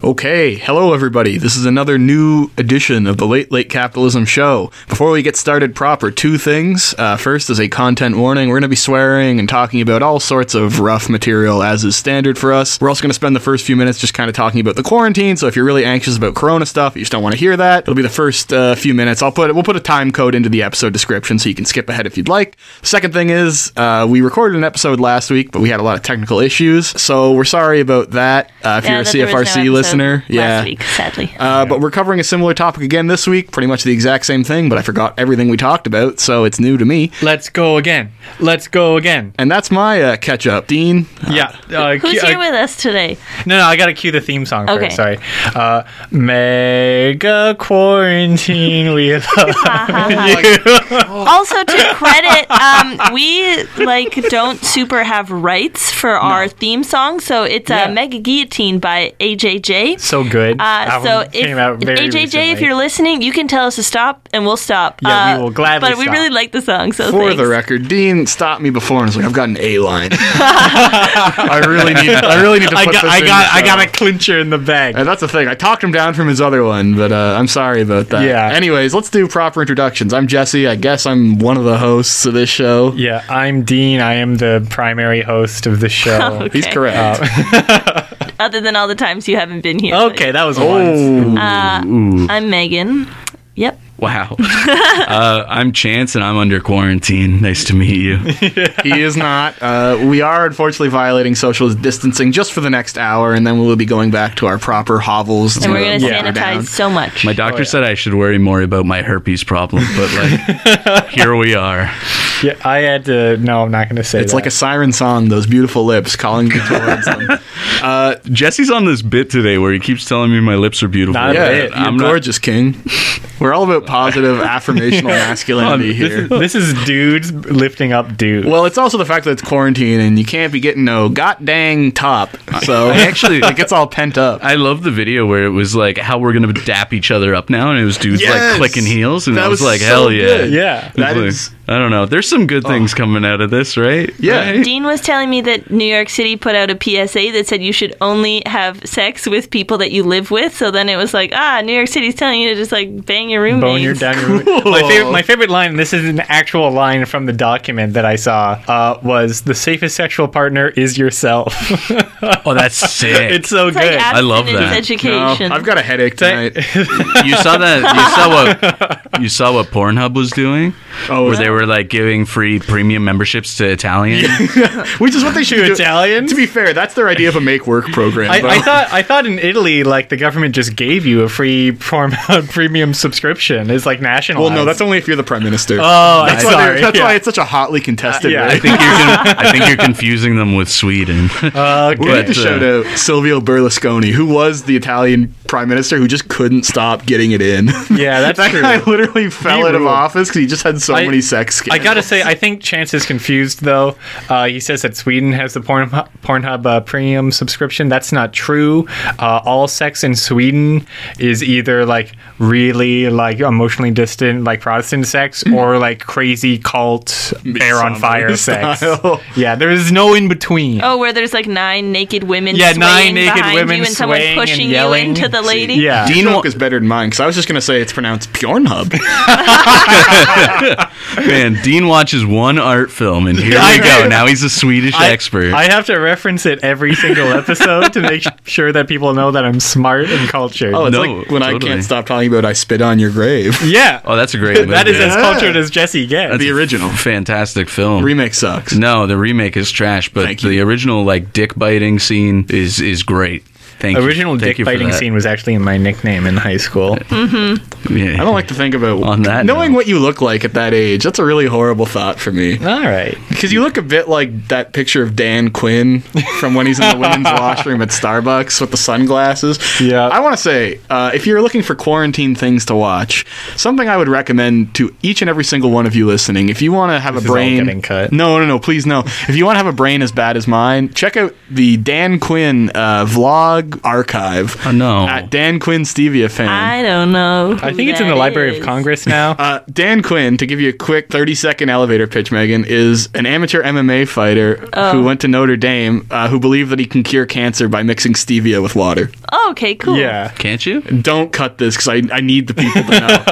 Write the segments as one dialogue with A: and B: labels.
A: Okay, hello everybody. This is another new edition of the Late Late Capitalism Show. Before we get started proper, two things. Uh, first is a content warning. We're going to be swearing and talking about all sorts of rough material as is standard for us. We're also going to spend the first few minutes just kind of talking about the quarantine. So if you're really anxious about Corona stuff, you just don't want to hear that. It'll be the first uh, few minutes. I'll put we'll put a time code into the episode description so you can skip ahead if you'd like. Second thing is uh, we recorded an episode last week, but we had a lot of technical issues, so we're sorry about that. Uh, if
B: Yeah,
A: you're a
B: that there was
A: CFRC
B: no
A: listener,
B: episode last
A: yeah.
B: week, sadly.
A: Uh, But we're covering a similar topic again this week, pretty much the exact same thing, but I forgot everything we talked about, so it's new to me.
C: Let's go again. Let's go again.
A: And that's my uh, catch up, Dean.
C: Yeah. Uh, cu-
B: Who's
C: uh,
B: here with us today?
C: no, no, I gotta cue the theme song
B: Okay.
C: first. Sorry. Uh, mega quarantine. We love
B: also, to credit, um, we like don't super have rights for our theme song, so it's uh,
C: Yeah.
B: Mega Guillotine by AJJ.
C: so good.
B: Uh,
C: Album
B: so if
C: came out very
B: AJJ, if
C: recently.
B: you're listening, you can tell us to stop, and we'll stop.
C: Yeah, we
B: Uh,
C: will gladly
B: But we
C: stop.
B: really like the song, so
A: For
B: Oh, thanks.
A: the record, Dean stopped me before and was like, "I've got an A line. I really need. I really need to put
C: I got,
A: this uh,
C: I
A: in
C: got,
A: the
C: I got
A: show."
C: a clincher in the bag.
A: And that's the thing. I talked him down from his other one, but uh, I'm sorry about that.
C: Yeah.
A: Anyways, let's do proper introductions. I'm Jesse. I guess I'm one of the hosts of this show.
C: yeah, I'm Dean. I am the primary host of the show.
A: He's
B: Okay.
A: correct.
B: Other than all the times you haven't been here. Uh,
C: okay, that was once.
A: oh.
B: I'm Megan. Yep.
D: Wow. uh, I'm Chance and I'm under quarantine. Nice to meet you.
A: he is not. Uh, we are unfortunately violating social distancing just for the next hour, and then we'll be going back to our proper hovels.
B: And we're gonna
C: Yeah.
B: sanitize so much.
D: My
A: Oh,
D: doctor said I should worry more about my herpes problem, but like, here we are.
C: Yeah, I had to. No, I'm not gonna say.
A: It's like a siren song. Those beautiful lips calling you towards them.
D: Jesse's on this bit today where he keeps telling me my lips are beautiful.
C: Not a
A: Yeah,
D: but
C: bit.
A: you're gorgeous, King. We're all about positive affirmational
D: Um,
A: masculinity
D: this
A: here.
D: is-
C: This is dudes lifting up dudes.
A: Well, it's also the fact that it's quarantine and you can't be getting no god dang top. So actually, it gets all pent up.
D: I love the video where it was like how we're gonna dap each other up now, and it was dudes
A: Yes!
D: like clicking heels, and
A: That
D: I was,
A: was
D: like,
A: so
D: hell yeah,
A: good.
C: Yeah.
D: It was
A: That
D: like-
A: is- Oh.
D: I don't know. There's some good things coming out of this, right?
A: Yeah.
D: Right?
B: Dean was telling me that New York City put out a PSA that said you should only have sex with people that you live with. So then it was like, ah, New York City's telling you to just like bang your roommates.
C: Bone your down your my, favorite, my favorite line, and this is an actual line from the document that I saw, uh, was the safest sexual partner is yourself.
D: Oh, that's sick.
C: it's so
B: It's like
C: good.
B: abstinence
D: love that.
A: No,
B: education.
A: I've got a headache tonight.
D: You saw that? You saw what? You saw what Pornhub was doing?
A: Oh,
D: where they were like giving free premium memberships to Italian.
A: which is what they should
C: To
A: do.
C: Italians?
A: To be fair, that's their idea of a make work program.
C: I,
A: though.
C: I thought I thought in Italy, like the government just gave you a free form premium subscription. It's like national.
A: well, no, that's only if you're the prime minister.
C: oh, I'm
A: That's why,
C: sorry.
A: they're- that's
C: yeah.
A: why it's such a hotly contested.
C: Yeah.
A: race.
D: I think you're con- I think you're confusing them with Sweden.
C: Okay.
A: We need to
D: But, uh,
A: shout out Silvio Berlusconi, who was the Italian prime minister who just couldn't stop getting it in.
C: Yeah, that's
A: that
C: true.
A: guy literally fell
C: He
A: out of
C: ruled.
A: office because he just had so
C: I-
A: many sex scandals.
C: I gotta say, I think Chance is confused though. Uh, he says that Sweden has the Porn, Pornhub uh, premium subscription. That's not true. Uh, all sex in Sweden is either like really like emotionally distant, like Protestant sex, or like crazy cult air on fire sex.
A: style.
C: Yeah, there is no in between.
B: oh, where there's like nine naked women.
C: Yeah,
B: swaying
C: nine naked
B: behind
C: women
B: you and someone
C: swaying and
B: pushing
C: yelling.
B: you into the lady.
C: Yeah.
A: Dean joke is better than mine because I was just gonna say it's pronounced Pornhub.
D: Man, Dean watches one art film, and here we go. Now he's a Swedish
C: I-
D: expert.
C: I have to reference it every single episode to make sure that people know that I'm smart and cultured.
A: Oh, it's
D: No,
A: like when I
D: totally.
A: can't stop talking about I spit on your grave.
C: yeah.
D: oh, that's a great movie.
C: that is as
A: Yeah.
C: cultured as Jesse gets.
D: Ah. That's
A: the
D: a
A: original.
D: fantastic film.
A: Remake sucks.
D: no, the remake is trash, but
A: Thank you.
D: the original like dick biting scene is is great. Thank you.
C: original
D: Thank
C: dick
D: you for
C: biting
D: that.
C: scene was actually in my nickname in high school.
D: Yeah.
A: I don't like to think about
D: On that
A: knowing
D: note.
A: what you look like at that age. That's a really horrible thought for me.
C: All right.
A: Because you look a bit like that picture of Dan Quinn from when he's in the women's washroom at Starbucks with the sunglasses.
C: Yeah.
A: I want to say, uh, if you're looking for quarantine things to watch, something I would recommend to each and every single one of you listening, if you want to have a
C: is all
A: brain.
C: getting cut.
A: No, no, no, please no. if you want to have a brain as bad as mine, check out the Dan Quinn uh, vlog blog archive
D: Oh, no.
A: at Dan Quinn Stevia fan.
B: I don't know.
C: I think it's in the Library of Congress now.
A: Uh, Dan Quinn, to give you a quick 30 second elevator pitch, Megan, is an amateur MMA fighter who went to Notre Dame uh, who believed that he can cure cancer by mixing stevia with water.
B: Oh, okay, cool.
C: yeah,
D: Can't you?
A: Don't cut this because I, I need the people to know.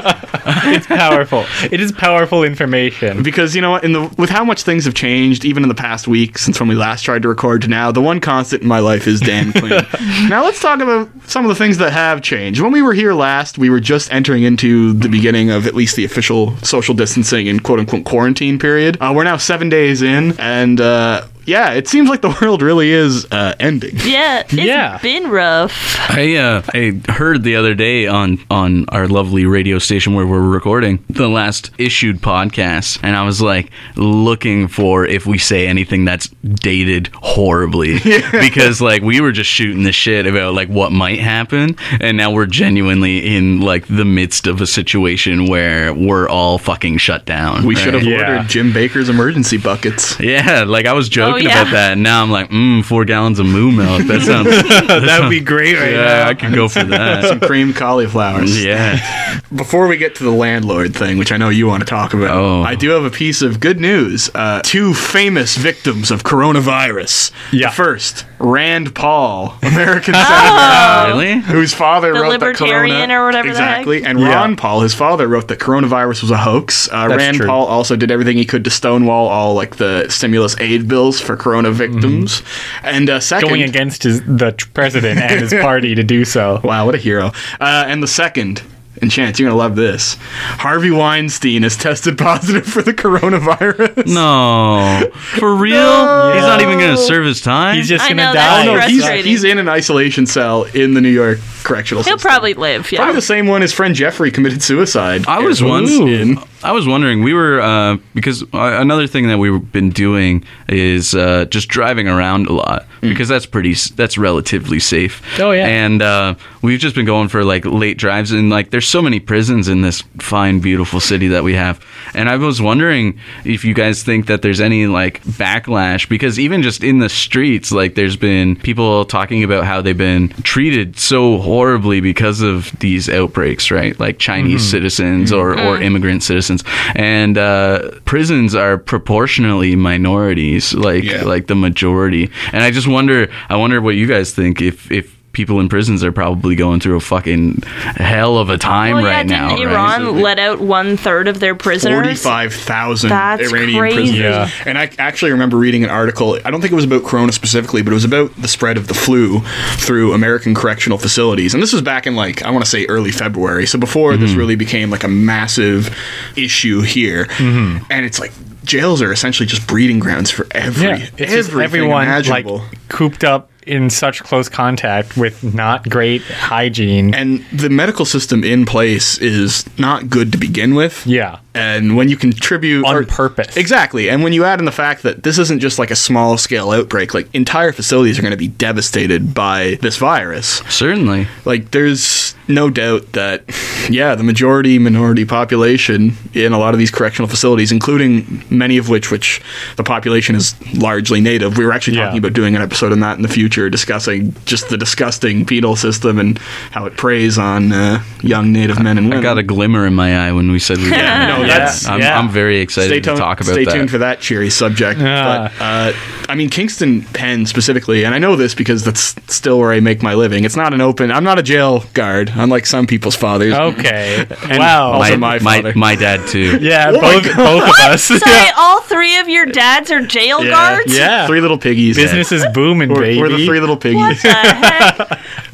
C: it's powerful. it is powerful information.
A: because you know what in the with how much things have changed even in the past week since when we last tried to record to now the one constant in my life is dan quinn now let's talk about some of the things that have changed when we were here last we were just entering into the beginning of at least the official social distancing and quote unquote quarantine period uh, we're now seven days in and uh, yeah it seems like the world really is uh, ending
B: Yeah, it's
C: Yeah.
B: been rough.
D: I uh, I heard the other day on on our lovely radio station where we're recording the last issued podcast, and I was like looking for if we say anything that's dated horribly because like we were just shooting the shit about like what might happen, and now we're genuinely in like the midst of a situation where we're all fucking shut down.
A: we should have
C: Yeah.
A: ordered jim baker's emergency buckets
D: Yeah, like I was joking
B: Oh, yeah.
D: about that, and now I'm like, mm, four gallons of moo milk. That sounds. that
C: That would be great right
D: Yeah, I could go for that.
A: some cream cauliflowers
D: Yeah.
A: Before we get to the landlord thing, which I know you want to talk about,
D: Oh.
A: I do have a piece of good news. Uh, two famous victims of coronavirus.
C: Yeah.
A: The first, Rand Paul, American senator,
B: Oh,
C: Um,
D: Really?
A: whose father
B: The
A: wrote
B: libertarian
A: that corona,
B: or whatever the heck.
A: exactly, and
C: Yeah.
A: Ron Paul, his father, wrote that coronavirus was a hoax. Uh,
C: That's
A: Rand
C: true.
A: Paul also did everything he could to stonewall all like the stimulus aid bills for corona victims. And uh, second,
C: Mm-hmm. Going against his, the tr- president and his party to do so.
A: Wow, what a hero. Uh, and the second, and Chance, you're going to love this. Harvey Weinstein is tested positive for the coronavirus.
D: No. For real? He's not even going to serve his time?
C: He's just
B: I
C: gonna
B: know,
C: die. Oh,
B: that's
A: No, he's,
B: Frustrating.
A: he's in an isolation cell in the New York correctional
B: He'll
A: system.
B: probably live. Yeah.
A: Probably the same one his friend Jeffrey committed suicide.
D: I was
A: Ooh.
D: once.
A: in.
D: I was wondering. We were uh, because uh, another thing that we've been doing is uh, just driving around a lot because that's pretty. s- That's relatively safe.
C: Hmm. Oh, yeah.
D: And uh, we've just been going for like late drives and like there's so many prisons in this fine, beautiful city that we have. And I was wondering if you guys think that there's any like backlash because even just in the streets, like there's been people talking about how they've been treated so horribly because of these outbreaks, right? Like Chinese citizens or, or immigrant citizens, and uh, prisons are proportionally minorities, like
A: Yeah.
D: like the majority. And I just wonder, I wonder what you guys think if if people in prisons are probably going through a fucking hell of a time
B: well, yeah,
D: right now.
B: didn't
D: right?
B: Iran let out one third of their prisoners?
A: 45,000
B: That's
A: Iranian
B: crazy.
A: prisoners.
C: Yeah.
A: And I actually remember reading an article. I don't think it was about corona specifically, but it was about the spread of the flu through American correctional facilities. And this was back in like I want to say early February. So before this
C: Mm-hmm.
A: really became like a massive issue here.
C: Mm-hmm.
A: And it's like jails are essentially just breeding grounds for every
C: Yeah, it's just
A: everything
C: everyone
A: imaginable.
C: like cooped up in such close contact with not great hygiene.
A: and the medical system in place is not good to begin with.
C: yeah,
A: and when you contribute
C: On purpose.
A: exactly and when you add in the fact that this isn't just like a small scale outbreak like entire facilities are going to be devastated by this virus
D: Certainly.
A: like there's no doubt that yeah the majority minority population in a lot of these correctional facilities including many of which which the population is largely native we were actually
C: Yeah.
A: talking about doing an episode on that in the future discussing just the disgusting penal system and how it preys on uh, young native men and women
D: I got a glimmer in my eye when we said we.
A: Yeah, no,
D: were-
A: that's-
D: I'm,
C: yeah.
D: I'm very excited
A: stay
D: to
A: tuned-
D: talk about
A: stay
D: that.
A: tuned for that cheery subject.
C: Ah.
A: But uh, I mean, Kingston Penn specifically, and I know this because that's still where I make my living. It's not an open. I'm not a jail guard, unlike some people's fathers.
C: Oh, Okay.
A: And
C: wow.
A: also
D: my,
A: my
D: my,
A: father.
D: my dad too.
C: yeah,
A: Oh my
C: both, both of us.
B: Sorry, all three of your dads are jail
A: Yeah.
B: guards.
C: Yeah.
A: Three little piggies.
C: Business is booming,
A: We're,
C: baby.
A: we're the three little
B: What
A: piggies.
B: the heck?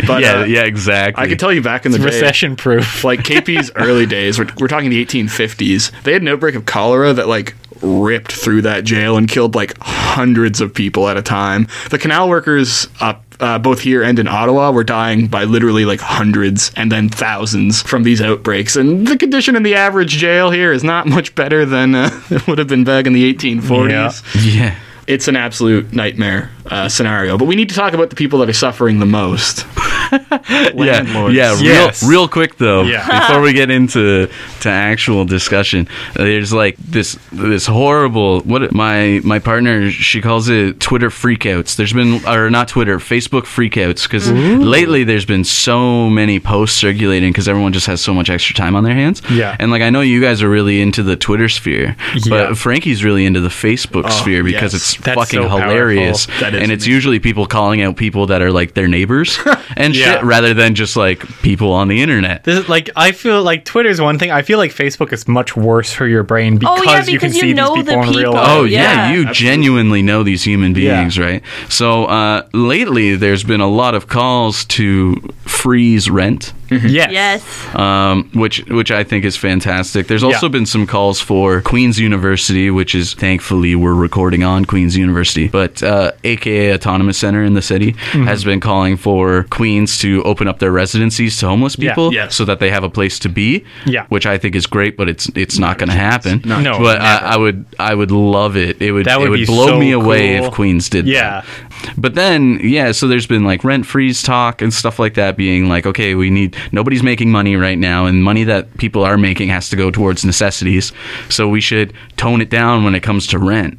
A: But,
D: yeah,
A: uh,
D: yeah, exactly.
A: I could tell you back in the day,
C: Recession proof.
A: like KP's early days. We're, we're talking the 1850s. They had an outbreak of cholera that like ripped through that jail and killed like hundreds of people at a time. The canal workers up. Uh, both here and in Ottawa, were dying by literally like hundreds and then thousands from these outbreaks. And the condition in the average jail here is not much better than uh, it would have been back in the 1840s.
D: Yeah.
A: It's an absolute nightmare. uh, scenario. But we need to talk about the people that are suffering the most.
D: yeah,
A: Landlords.
D: yeah.
C: Yes.
D: Real, real quick though,
C: Yeah.
D: before we get into to actual discussion, there's like this this horrible. What my my partner she calls it Twitter freakouts. There's been or not Twitter, Facebook freakouts because lately there's been so many posts circulating because everyone just has so much extra time on their hands.
C: Yeah.
D: and like I know you guys are really into the Twitter sphere,
C: Yeah. Oh,
D: but Frankie's really into the Facebook sphere because
A: yes.
D: it's
C: That's
D: fucking
C: so powerful.
D: hilarious,
A: That is
D: and it's usually people calling out people that are like their neighbors and
C: Yeah.
D: shit rather than just like people on the internet.
C: This is like I feel like Twitter's one thing. I feel like Facebook is much worse for your brain because,
B: Oh, yeah,
C: you can
B: because you
C: see
B: know
C: these
B: the
C: people in real
B: people.
C: life.
D: Oh
B: yeah,
D: yeah, you
A: absolutely.
D: genuinely know these human
C: Yeah.
D: beings, right? So uh, lately, there's been a lot of calls to freeze rent,
A: Oh,
C: yes.
B: Yes.
D: um, which which I think is fantastic. There's also been some calls for Queen's University, which is thankfully we're recording on Queen's University, but uh, AKA Autonomous Center in the city
C: Mm-hmm.
D: has been calling for Queens to open up their residencies to homeless
C: Yeah.
D: people,
A: Yes.
D: so that they have a place to be.
C: Yeah.
D: which I think is great, but it's it's not going to happen.
C: Not- No,
D: but I, I would I would love it. It would
C: That would be
D: it would blow
C: so
D: me away
C: cool.
D: if Queens did
C: Yeah.
D: that. But then, yeah, so there's been like rent freeze talk and stuff like that being like, okay, we need nobody's making money right now and money that people are making has to go towards necessities. So we should tone it down when it comes to rent.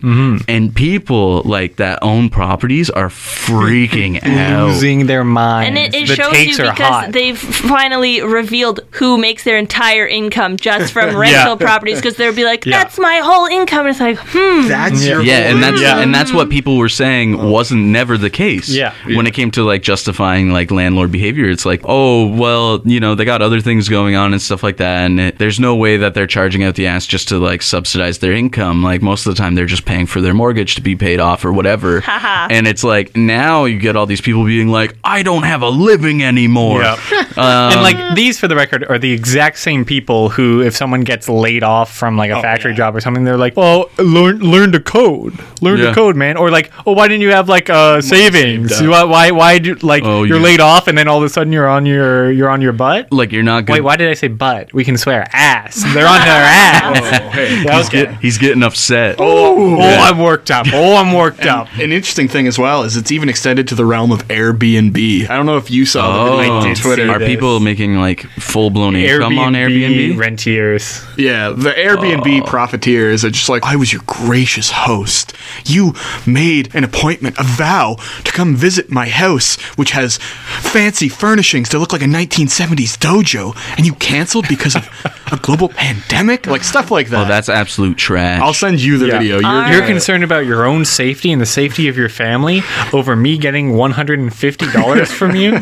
D: And people like that own properties are freaking out.
C: Losing their minds.
B: And it, it
C: the
B: shows you
C: takes are hot.
B: because they've finally revealed who makes their entire income just from rental properties because they'll be like,
C: Yeah.
B: that's my whole income. It's like, hmm.
A: That's your
D: Yeah, and that's
C: Yeah.
D: and that's what people were saying wasn't never the case.
C: Oh. Yeah.
D: When it came to like justifying like landlord behavior, it's like, oh well, you know, they got other things going on and stuff like that, and it, there's no way that they're charging out the ass just to like subsidize their income. Like most of the time, they're just paying for their mortgage to be paid off or whatever. and it's like now you get all these people being like, I don't have a living anymore. Um,
C: Yep. and like these, for the record, are the exact same people who, if someone gets laid off from
D: Oh,
C: like a factory job or something, they're like, "Well, learn learn to code, learn
D: Yeah.
C: to code, man." Or like, "Oh, why didn't you have like uh, savings?
A: saved
C: Why why why do, like
D: Oh,
C: you're
D: yeah.
C: laid off and then all of a sudden you're on your you're on your butt?"
D: Like you're not good.
C: Wait, why did I say butt? We can swear ass. They're on their ass.
A: Oh, hey.
C: That was good.
D: He's getting upset.
C: Oh, I'm worked up. Oh, I'm worked up.
A: An interesting thing as well is it's even extended to the realm of Airbnb. I don't know if you saw the video
D: Oh,
A: on Twitter.
D: are
C: this.
D: people making like full blown income on Airbnb?
C: rentiers.
A: Yeah, the Airbnb
D: Oh.
A: profiteers are just like, I was your gracious host. You made an appointment, a vow, to come visit my house, which has fancy furnishings to look like a 1970s dojo, and you canceled because of a global pandemic? Like, stuff like that.
D: Oh, that's absolute trash.
A: I'll send you the
C: Yeah.
A: video. You're,
B: Alright.
C: You're
A: gonna-
C: concerned about your own safety and the safety of your family over me getting $150 from you?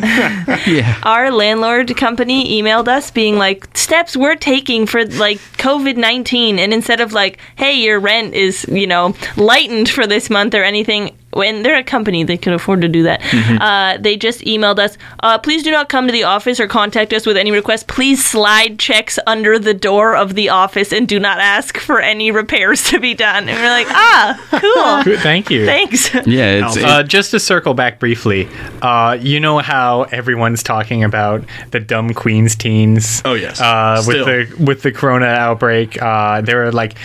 B: Our landlord company emailed us being like, steps we're taking for like COVID 19. And instead of like, hey, your rent is, you know, lightened for this month or anything, when they're a company, they can afford to do that. Uh, they just emailed us, uh, please do not come to the office or contact us with any requests. Please slide checks under the door of the office and do not ask for any repairs to be done. And we're like, ah, cool.
C: Good, Thank you.
B: Thanks.
D: yeah, it's,
C: uh, just to circle back briefly, uh, you know how everyone's talking about the dumb Queens teens.
A: Oh, yes.
C: uh, with
A: Still.
C: the with the Corona outbreak, uh, there were like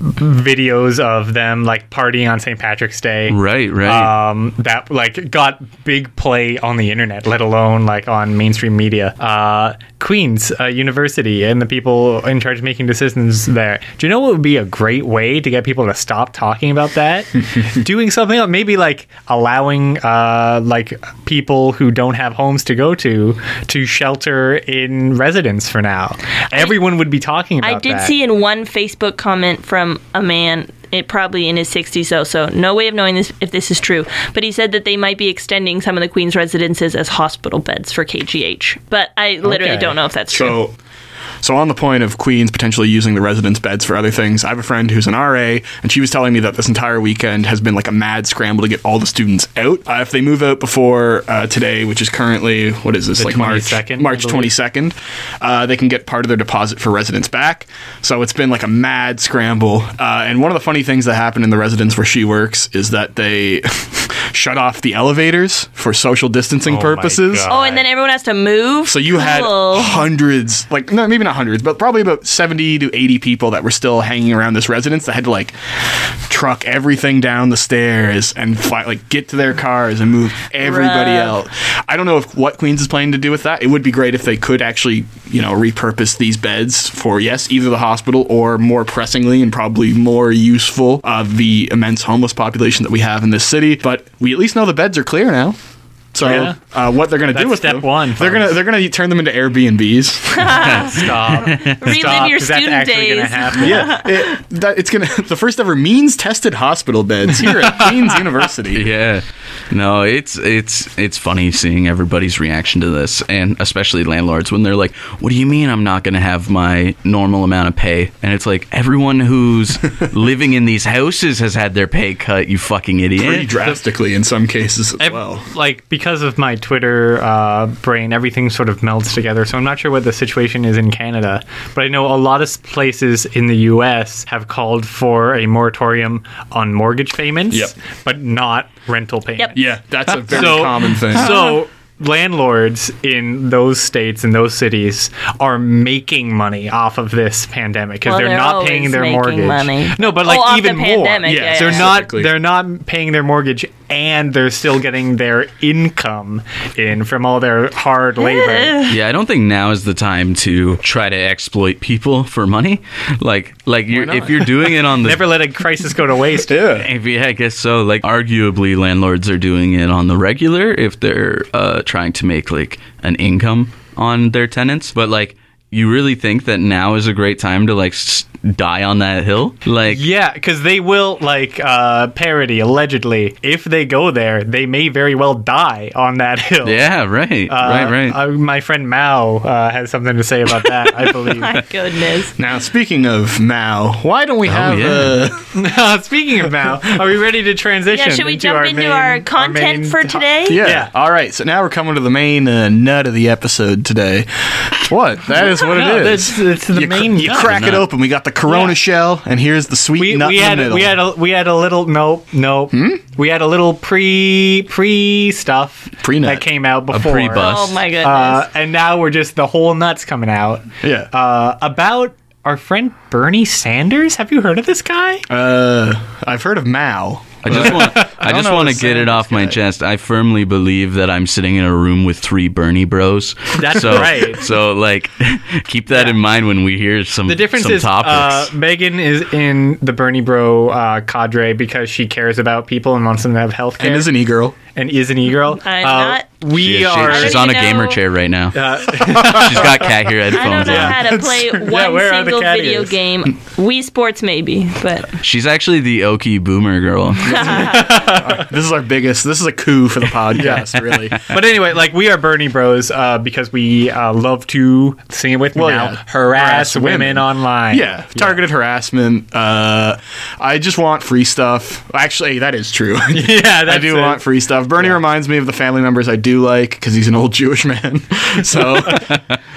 C: videos of them like partying on St. Patrick's Day.
D: right,
A: Uh,
D: right.
C: um, that like got big play on the internet, let alone like on mainstream media. Uh, Queens uh, University and the people in charge of making decisions there. Do you know what would be a great way to get people to stop talking about that? Doing something else, maybe like allowing uh, like people who don't have homes to go to to shelter in residence for now. Everyone would be talking about.
B: I did
C: that.
B: see in one Facebook comment from a man, it probably in his 60s, so so no way of knowing this if this is true. But he said that they might be extending some of the Queen's residences as hospital beds for KGH. But I literally
C: Okay.
B: don't know if that's true.
A: So, so on the point of Queens potentially using the residence beds for other things, I have a friend who's an RA, and she was telling me that this entire weekend has been like a mad scramble to get all the students out. Uh, if they move out before uh, today, which is currently what is this like March
C: 22nd, I
A: March
C: believe.
A: twenty second, uh, they can get part of their deposit for residence back. So it's been like a mad scramble. Uh, and one of the funny things that happened in the residence where she works is that they shut off the elevators for social distancing
C: Oh my
A: purposes.
C: God.
B: Oh, and then everyone has to move.
A: So you had
B: Cool.
A: hundreds, like no, maybe not hundreds, but probably about seventy to eighty people that were still hanging around this residence that had to like truck everything down the stairs and fly, like get to their cars and move everybody
B: Rough.
A: out. I don't know if what Queens is planning to do with that. It would be great if they could actually, you know, repurpose these beds for yes, either the hospital or more pressingly and probably more useful of the immense homeless population that we have in this city. But we at least know the beds are clear now. So
C: Yeah.
A: uh, what they're going to do
C: That's
A: with
C: step
A: them-
C: one,
A: They're going to
C: folks.
A: they're going to turn them into Airbnbs.
C: Stop.
B: relive your
C: 'cause that's
B: student
C: actually gonna
B: days.
C: happen.
A: yeah, it, that, it's going to the first ever means tested hospital beds here at Queens University.
D: Yeah. No, it's it's it's funny seeing everybody's reaction to this and especially landlords when they're like, "What do you mean I'm not going to have my normal amount of pay?" And it's like everyone who's living in these houses has had their pay cut, you fucking
A: Pretty
D: idiot.
A: drastically in some cases as
C: Ev-
A: well.
C: Like because of my Twitter uh, brain, everything sort of melds together. So I'm not sure what the situation is in Canada, but I know a lot of places in the U.S. have called for a moratorium on mortgage payments,
A: Yep.
C: but not rental payments.
A: Yeah, that's a very
C: So-
A: common thing.
C: So landlords in those states in those cities are making money off of this pandemic because
B: Well,
C: they're,
B: they're
C: not
B: always
C: paying their
B: making
C: mortgage.
B: money.
C: No, but
B: Oh,
C: like
B: off the
C: even more.
B: pandemic,
A: Yeah, yeah,
C: they're
A: yeah.
C: not
A: Specifically.
C: they're not paying their mortgage and they're still getting their income in from all their hard labor.
D: Yeah, I don't think now is the time to try to exploit people for money. Like like you're, if you're doing it on the
C: Never let a crisis go to waste.
A: yeah.
D: If, yeah, I guess so. Like, arguably, landlords are doing it on the regular if they're uh, trying to make like an income on their tenants. But like, you really think that now is a great time to like s- die on that hill? Like,
C: Yeah, because they will like uh, parody allegedly. If they go there, they may very well die on that hill.
D: yeah, right, right, right.
C: Uh, my friend Mao uh, has something to say about that, I believe.
B: Oh My goodness.
A: Now speaking of Mao, why don't we
C: Oh,
A: have uh,
D: yeah.
A: a
C: Speaking of Mao, are we ready to transition?
B: Yeah, should we
C: into
B: jump
C: our
B: into
C: main-
B: our
C: main
B: content for
C: to-
B: today?
A: Yeah.
C: Yeah.
A: All right. So now we're coming to the main uh, nut of the episode today. What? That is what
C: No,
A: it
C: that's,
A: is.
C: that's the
A: you cr-
C: main.
A: you
C: nut.
A: crack it
D: Nut.
A: open. We got the Corona
C: Yeah.
A: shell, and here's the sweet
C: We,
A: nut
C: we
A: in
C: had
A: the middle.
C: we had a we had a little nope nope
D: Hmm?
C: we had a little pre pre stuff
A: Pre-nut.
C: that came out before
D: pre-bus.
B: Oh my goodness.
C: uh, and now we're just the whole nuts coming out
A: yeah.
C: uh, about our friend Bernie Sanders. Have you heard of this guy?
A: Uh, I've heard of Mao.
D: I just want I just
A: know
D: want to
A: the
D: get
A: sound
D: it
A: of
D: off
A: this
D: my
A: guy.
D: chest. I firmly believe that I'm sitting in a room with three Bernie Bros.
C: That's
D: so,
C: right.
D: So like, keep that in mind when we hear some
C: The difference
D: some
C: is uh,
D: topics.
C: Megan is in the Bernie Bro uh, cadre because she cares about people and wants them to have health care
A: And is an e-girl.
C: and is an e-girl.
B: I'm
C: Uh,
B: not.
C: We
D: She is- she-
C: are.
D: she's
B: I
D: on
B: don't
D: a gamer
B: know.
D: chair right now.
C: uh,
D: She's got cat ear
B: I don't
D: headphones
B: know
D: on.
B: how to play one
C: where are the
B: single
C: cat
B: video
C: ears?
B: game. Wii Sports, maybe, but
D: She's actually the Okie Boomer girl.
A: This is our biggest. This is a coup for the podcast, really.
C: but anyway, like we are Bernie Bros uh, because we uh, love to sing it with me
A: Well,
C: now.
A: yeah. Harass
C: Harass, women,
A: women.
C: online.
A: Yeah, targeted harassment. Uh, I just want free stuff. Actually, that is true.
C: yeah. That's
A: I do
C: it.
A: want free stuff. Bernie reminds me of the family members I do like because he's an old Jewish man. so,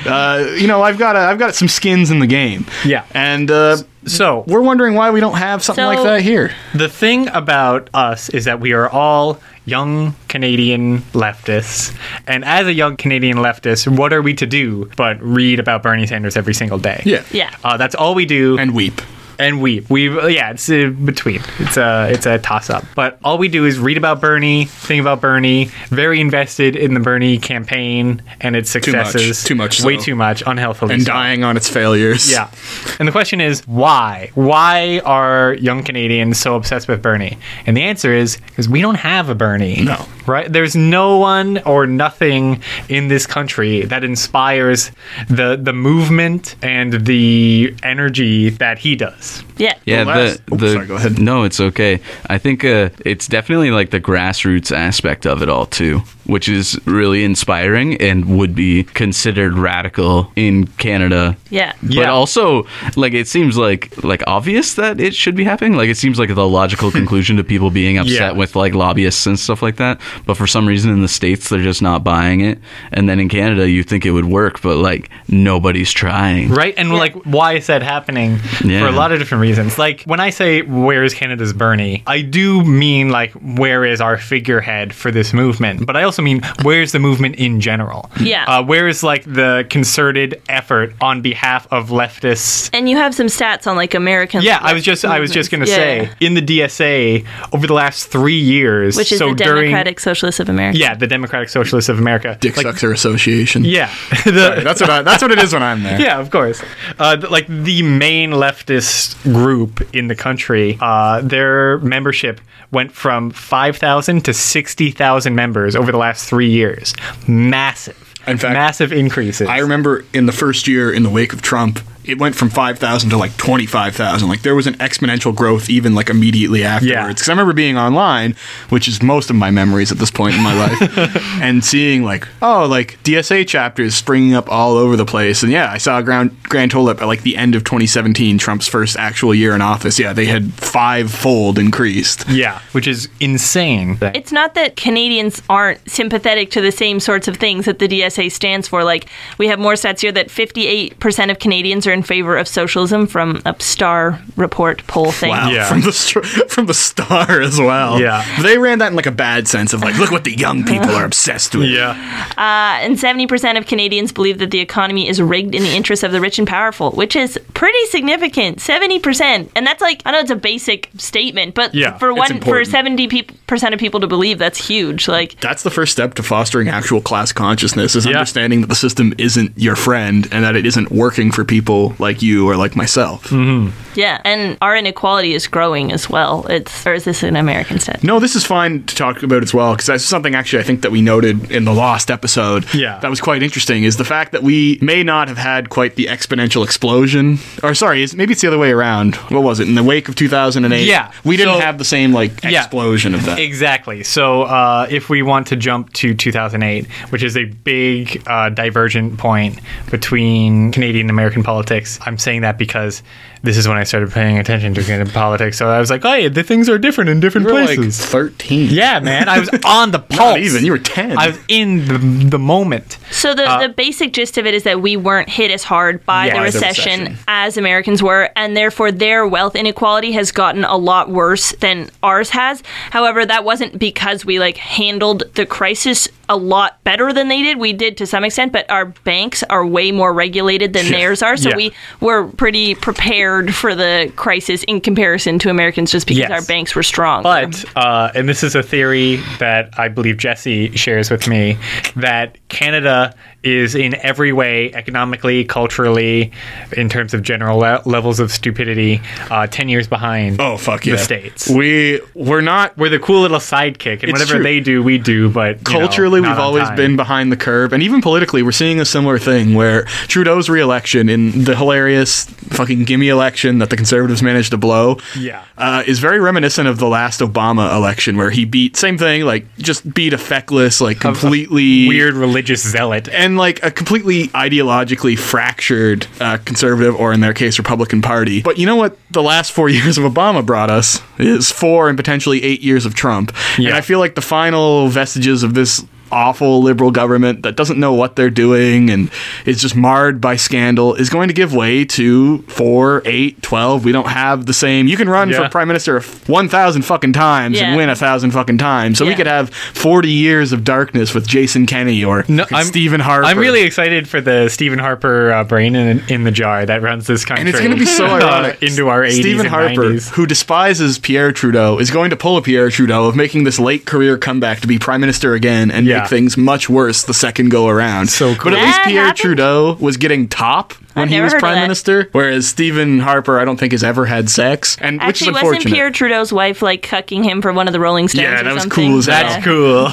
A: uh, you know, I've got a, I've got some skins in the game.
C: Yeah.
A: and uh,
C: So
A: we're wondering why we don't have something
B: So-
A: like that here.
C: the thing about us is that we are all young Canadian leftists, and as a young Canadian leftist, what are we to do but read about Bernie Sanders every single day?
A: Yeah,
B: yeah.
C: Uh, that's all we do.
A: and weep.
C: and weep. We yeah, it's uh, between. It's a it's a toss up. But all we do is read about Bernie, think about Bernie. Very invested in the Bernie campaign and its
A: much.
C: successes.
A: Too much
C: Way
A: so.
C: too much. Unhealthily.
A: And
C: so.
A: dying on its failures.
C: Yeah. And the question is why? Why are young Canadians so obsessed with Bernie? And the answer is because we don't have a Bernie.
A: No.
C: Right? There's no one or nothing in this country that inspires the the movement and the energy that he does.
B: Yeah.
D: Yeah,
A: last-
D: the,
A: Oops,
D: the
A: sorry, go ahead.
D: no, it's okay. I think uh, it's definitely like the grassroots aspect of it all too. which is really inspiring and would be considered radical in Canada.
B: Yeah.
D: But
C: Yeah.
D: also, like it seems like like obvious that it should be happening. Like it seems like the logical conclusion to people being upset
C: Yeah.
D: with like lobbyists and stuff like that. But for some reason in the states they're just not buying it. And then in Canada you think it would work, but like nobody's trying.
C: Right? And like, why is that happening?
D: Yeah.
C: For a lot of different reasons. Like, when I say, where is Canada's Bernie? I do mean, like, where is our figurehead for this movement? But I also mean, where's the movement in general?
B: Yeah.
C: Uh, where is, like, the concerted effort on behalf of leftists
B: And you have some stats on like American.
C: Yeah, I was just I was just gonna
B: Yeah,
C: say
B: yeah.
C: in the DSA over the last three years,
B: which is
C: so
B: the
C: during
B: Democratic Socialists of America.
C: yeah the Democratic Socialists of America,
A: Dick
C: like,
A: Sucker Association.
C: yeah, the,
A: That's what I, that's what it is when I'm there.
C: yeah, of course. Uh, th- like the main leftist group in the country, uh, their membership went from five thousand to sixty thousand members over the last three years. Massive,
A: In fact,
C: massive increases.
A: I remember in the first year in the wake of Trump, it went from 5,000 to like 25,000. Like there was an exponential growth even like immediately afterwards. Because I remember being online, which is most of my memories at this point in my life, and seeing like, oh, like DSA chapters springing up all over the place. And yeah, I saw a grand, grand total up at like the end of 2017, Trump's first actual year in office. Yeah, they had five fold increased.
C: yeah, which is insane.
B: It's not that Canadians aren't sympathetic to the same sorts of things that the DSA stands for. Like, we have more stats here that 58% of Canadians are in favor of socialism from a Star Report poll thing.
A: Wow,
C: Yeah.
A: from the str- from the star as well.
C: Yeah.
A: they ran that in like a bad sense of like, look what the young people are obsessed with.
C: yeah,
B: Uh, and 70% of Canadians believe that the economy is rigged in the interests of the rich and powerful, which is pretty significant. 70%. And that's like, I know it's a basic statement, but
C: Yeah,
B: for
C: it's
B: one, for
A: important.
B: 70% peop- percent of people to believe, that's huge. Like,
A: that's the first step to fostering actual class consciousness is
C: Yeah.
A: understanding that the system isn't your friend and that it isn't working for people like you or like myself.
C: Mm-hmm.
B: yeah. And our inequality is growing as well. It's, or is this an American stat?
A: No, this is fine to talk about as well because that's something actually I think that we noted in the lost episode.
C: Yeah.
A: that was quite interesting. Is the fact that we may not have had quite the exponential explosion, or sorry, is maybe it's the other way around. What was it in the wake of 2008?
C: Yeah.
A: we didn't
C: So-
A: have the same like
C: Yeah.
A: explosion of that.
C: Exactly. So uh, if we want to jump to 2008, which is a big uh, divergent point between Canadian and American politics, I'm saying that because this is when I started paying attention to Canadian politics. So I was like, oh, yeah, the things are different in different
A: You were, like
C: places.
A: 13.
C: yeah, man. I was on the pulse.
A: not even. You were 10.
C: I was in the, the moment.
B: So the, the basic gist of it is that we weren't hit as hard by
C: Yeah,
B: the,
C: by
A: the
B: recession
A: recession.
B: as Americans were, and therefore their wealth inequality has gotten a lot worse than ours has. However, that wasn't because we like handled the crisis a lot better than they did. We did to some extent, but our banks are way more regulated than
A: Yeah.
B: theirs are. So
C: Yeah.
B: we were pretty prepared for the crisis in comparison to Americans just because
C: Yes.
B: our banks were strong.
C: But, uh, and this is a theory that I believe Jesse shares with me, that Canada is in every way, economically, culturally, in terms of general le- levels of stupidity, uh, 10 years behind
A: Oh fuck yeah.
C: the States.
A: We we're not
C: We're the cool little sidekick, and whatever
A: true.
C: they do, we do, but. you know,
A: culturally
C: not
A: we've
C: on
A: always
C: time.
A: been behind the curve and even politically we're seeing a similar thing where Trudeau's reelection in the hilarious fucking gimme election that the conservatives managed to blow
C: Yeah.
A: uh, is very reminiscent of the last Obama election where he beat same thing like just beat a feckless like completely
C: Weird religious zealot.
A: and like a completely ideologically fractured uh, conservative or in their case republican party but you know what the last four years of obama brought us is four and potentially eight years of trump and
C: Yeah.
A: i feel like the final vestiges of this awful liberal government that doesn't know what they're doing and is just marred by scandal is going to give way to four eight twelve we don't have the same you can run
C: Yeah.
A: for prime minister 1000 fucking times
B: Yeah.
A: and win a thousand fucking times so we
B: Yeah.
A: could have 40 years of darkness with jason kenney or
C: No,
A: I'm, Stephen Harper.
C: I'm really excited for the Stephen Harper uh, brain in, in the jar that runs this country.
A: And it's going to be so
C: uh,
A: ironic.
C: into our 80s
A: Stephen
C: and
A: Harper,
C: 90s.
A: who despises Pierre Trudeau, is going to pull a Pierre Trudeau of making this late career comeback to be prime minister again and
C: Yeah.
A: make things much worse the second go around.
C: So cool.
A: But at least
B: That
A: Pierre
B: happened?
A: Trudeau was getting top when he
B: never
A: was
B: heard of
A: prime
B: that.
A: minister, whereas Stephen Harper, I don't think has ever had sex, and which is
B: Actually, wasn't
A: unfortunate.
B: Pierre Trudeau's wife like cucking him for one of the Rolling Stones?
A: Yeah,
B: or
A: that was
B: something?
A: cool as hell.
C: That's cool.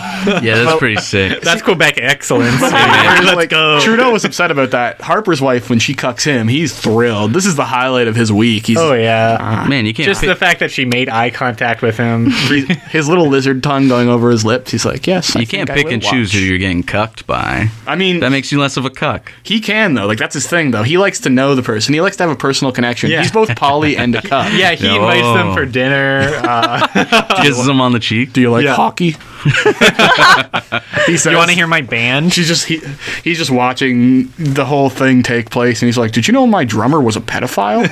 D: Yeah, that's pretty sick.
C: That's Quebec excellence.
A: Like,
C: Let's go.
A: Trudeau was upset about that. Harper's wife, when she cucks him, he's thrilled. This is the highlight of his week. He's
C: Oh yeah.
D: Man, you can't.
C: Just
D: pick-
C: the fact that she made eye contact with him.
A: his little lizard tongue going over his lips. He's like, yes. I
D: you can't
A: think I
D: pick
A: will
D: and choose
A: watch.
D: who you're getting cucked by.
A: I mean,
D: That makes you less of a cuck.
A: he can though. Like that's his thing though. He likes to know the person. He likes to have a personal connection.
C: Yeah.
A: He's both poly and a cup.
C: Yeah, he
D: No.
C: invites them for dinner. Uh,
D: Kisses him on the cheek.
A: Do you like
C: Yeah.
A: hockey? he says,
C: you want to hear my band?
A: She's just he, he's just watching the whole thing take place, and he's like, "Did you know my drummer was a pedophile?"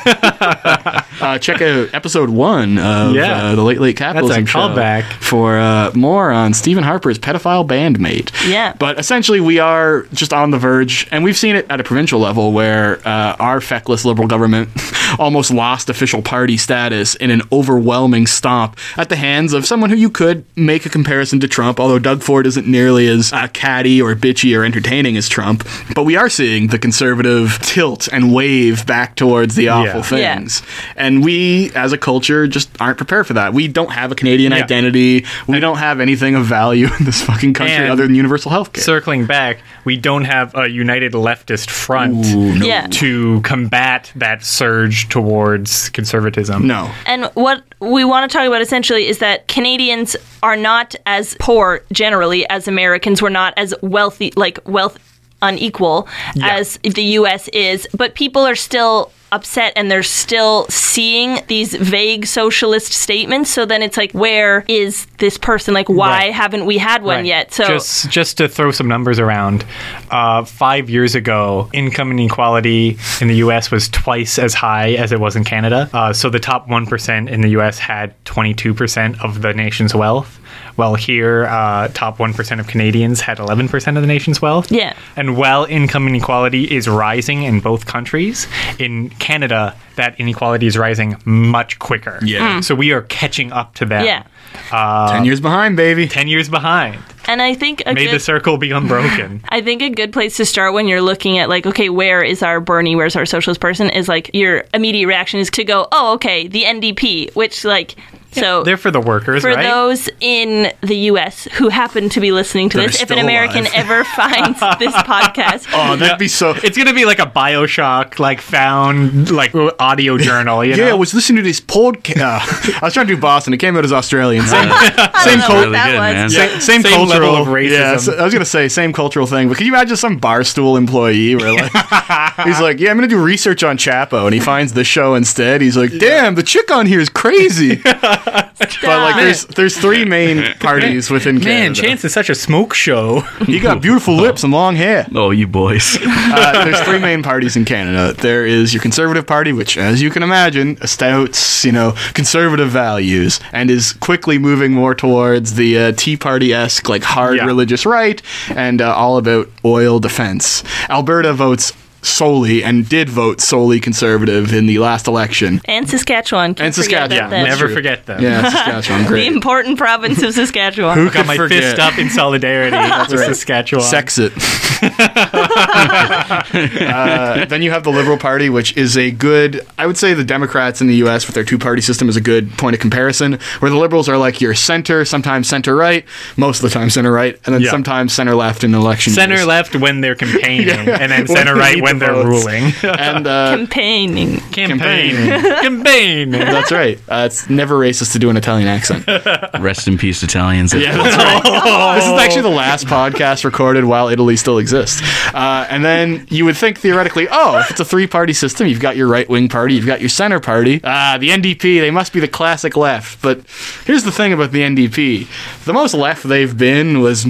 A: uh, check out episode one of
C: Yeah.
A: uh, the Late Late Capitalism Show
C: callback.
A: for uh, more on Stephen Harper's pedophile bandmate.
B: Yeah.
A: but essentially we are just on the verge, and we've seen it at a provincial level where uh, our feckless liberal government almost lost official party status in an overwhelming stomp at the hands of someone who you could make a comparison to Trump, although Doug Ford isn't nearly as uh, catty or bitchy or entertaining as Trump. But we are seeing the conservative tilt and wave back towards the awful
B: Yeah.
A: things, and we as a culture just aren't prepared for that. We don't have a Canadian
C: Yeah.
A: identity. We don't have anything of value in this fucking country
C: And-
A: other than universal health care.
C: Circling back, we don't have a united leftist front
B: Yeah.
C: to combat that surge towards conservatism.
A: No.
B: And what we want to talk about essentially is that Canadians are not as poor generally as Americans. We're not as wealthy, like wealth unequal as the US is, but people are still upset and they're still seeing these vague socialist statements. So then it's like, where is this person? Like, why
C: Right.
B: haven't we had one
C: Right.
B: yet? So
C: just just to throw some numbers around, uh, five years ago, income inequality in the U.S. was twice as high as it was in Canada. Uh, so the top one percent in the U.S. had 22 percent of the nation's wealth. While here, uh, top 1% of Canadians had 11% of the nation's wealth.
B: Yeah.
C: And while income inequality is rising in both countries, in Canada, that inequality is rising much quicker.
A: Yeah.
C: So we are catching up to them.
B: Hmm. yeah.
A: 10 Uh, years behind, baby.
C: 10 years behind.
B: And I think a
C: May
B: good-
C: the circle be unbroken.
B: I think a good place to start when you're looking at like, okay, where is our Bernie? Where's our socialist person? Is like your immediate reaction is to go, oh, okay, the NDP, which like, so
C: They're for the workers,
B: for
C: right?
B: those in the U.S. who happen to be listening to
A: That
B: this,
A: are
B: if an
A: still
B: American
A: alive.
B: ever finds this podcast,
A: Oh, that'd be so.
C: it's gonna be like a Bioshock, like found like audio journal. You
A: yeah, I
C: know?
A: was listening to this podcast. I was trying to do Boston. It came out as Australian. Same,
B: I
A: same
B: don't know
A: cult-
B: what
D: Really
B: that
D: good,
B: was.
D: man.
A: same, same,
C: Same
A: cultural
C: level of racism.
A: Yeah, so- I was gonna say same cultural thing, but can you imagine some bar stool employee where like he's like, "Yeah, I'm gonna do research on Chapo," and he finds the show instead. He's like, "Damn, the chick on here is crazy." but like, there's there's three main parties within Canada.
C: Man, Chance is such a smoke show.
A: you got beautiful lips and long hair.
D: Oh, you boys.
A: uh, there's three main parties in Canada. There is your Conservative Party, which, as you can imagine, stouts you know conservative values and is quickly moving more towards the uh, Tea Party esque, like hard
C: Yeah.
A: religious right, and uh, all about oil defense. Alberta votes solely and did vote solely conservative in the last election.
B: And Saskatchewan. Can't
A: And
B: forget about
A: Saskatchewan,
B: that.
A: that's
C: Never
A: true.
C: forget them.
A: Yeah, Saskatchewan,
B: The
A: great.
B: important province of Saskatchewan.
A: Who
C: Got my
A: could forget?
C: fist up in solidarity with Saskatchewan.
A: Sex it. Uh, then you have the Liberal Party, which is a good, I would say the Democrats in the U.S. with their two party system is a good point of comparison, where the Liberals are like your center, sometimes center right, most of the time center right, and then
C: Yeah.
A: sometimes center left in election
C: Center
A: years.
C: left when they're campaigning, and
A: When
C: then center
A: they
C: right
A: need
C: when
A: the
C: they're
A: votes.
C: ruling.
A: And uh,
B: Campaigning.
C: campaign. campaign.
A: that's right. Uh, it's never racist to do an Italian accent.
D: Rest in peace, Italians.
A: Yeah, that's right. This is actually the last podcast recorded while Italy still exists. Uh, and then you would think theoretically, oh, if it's a three-party system, you've got your right-wing party, you've got your center party, ah, the NDP. They must be the classic left. But here's the thing about the NDP: the most left they've been was.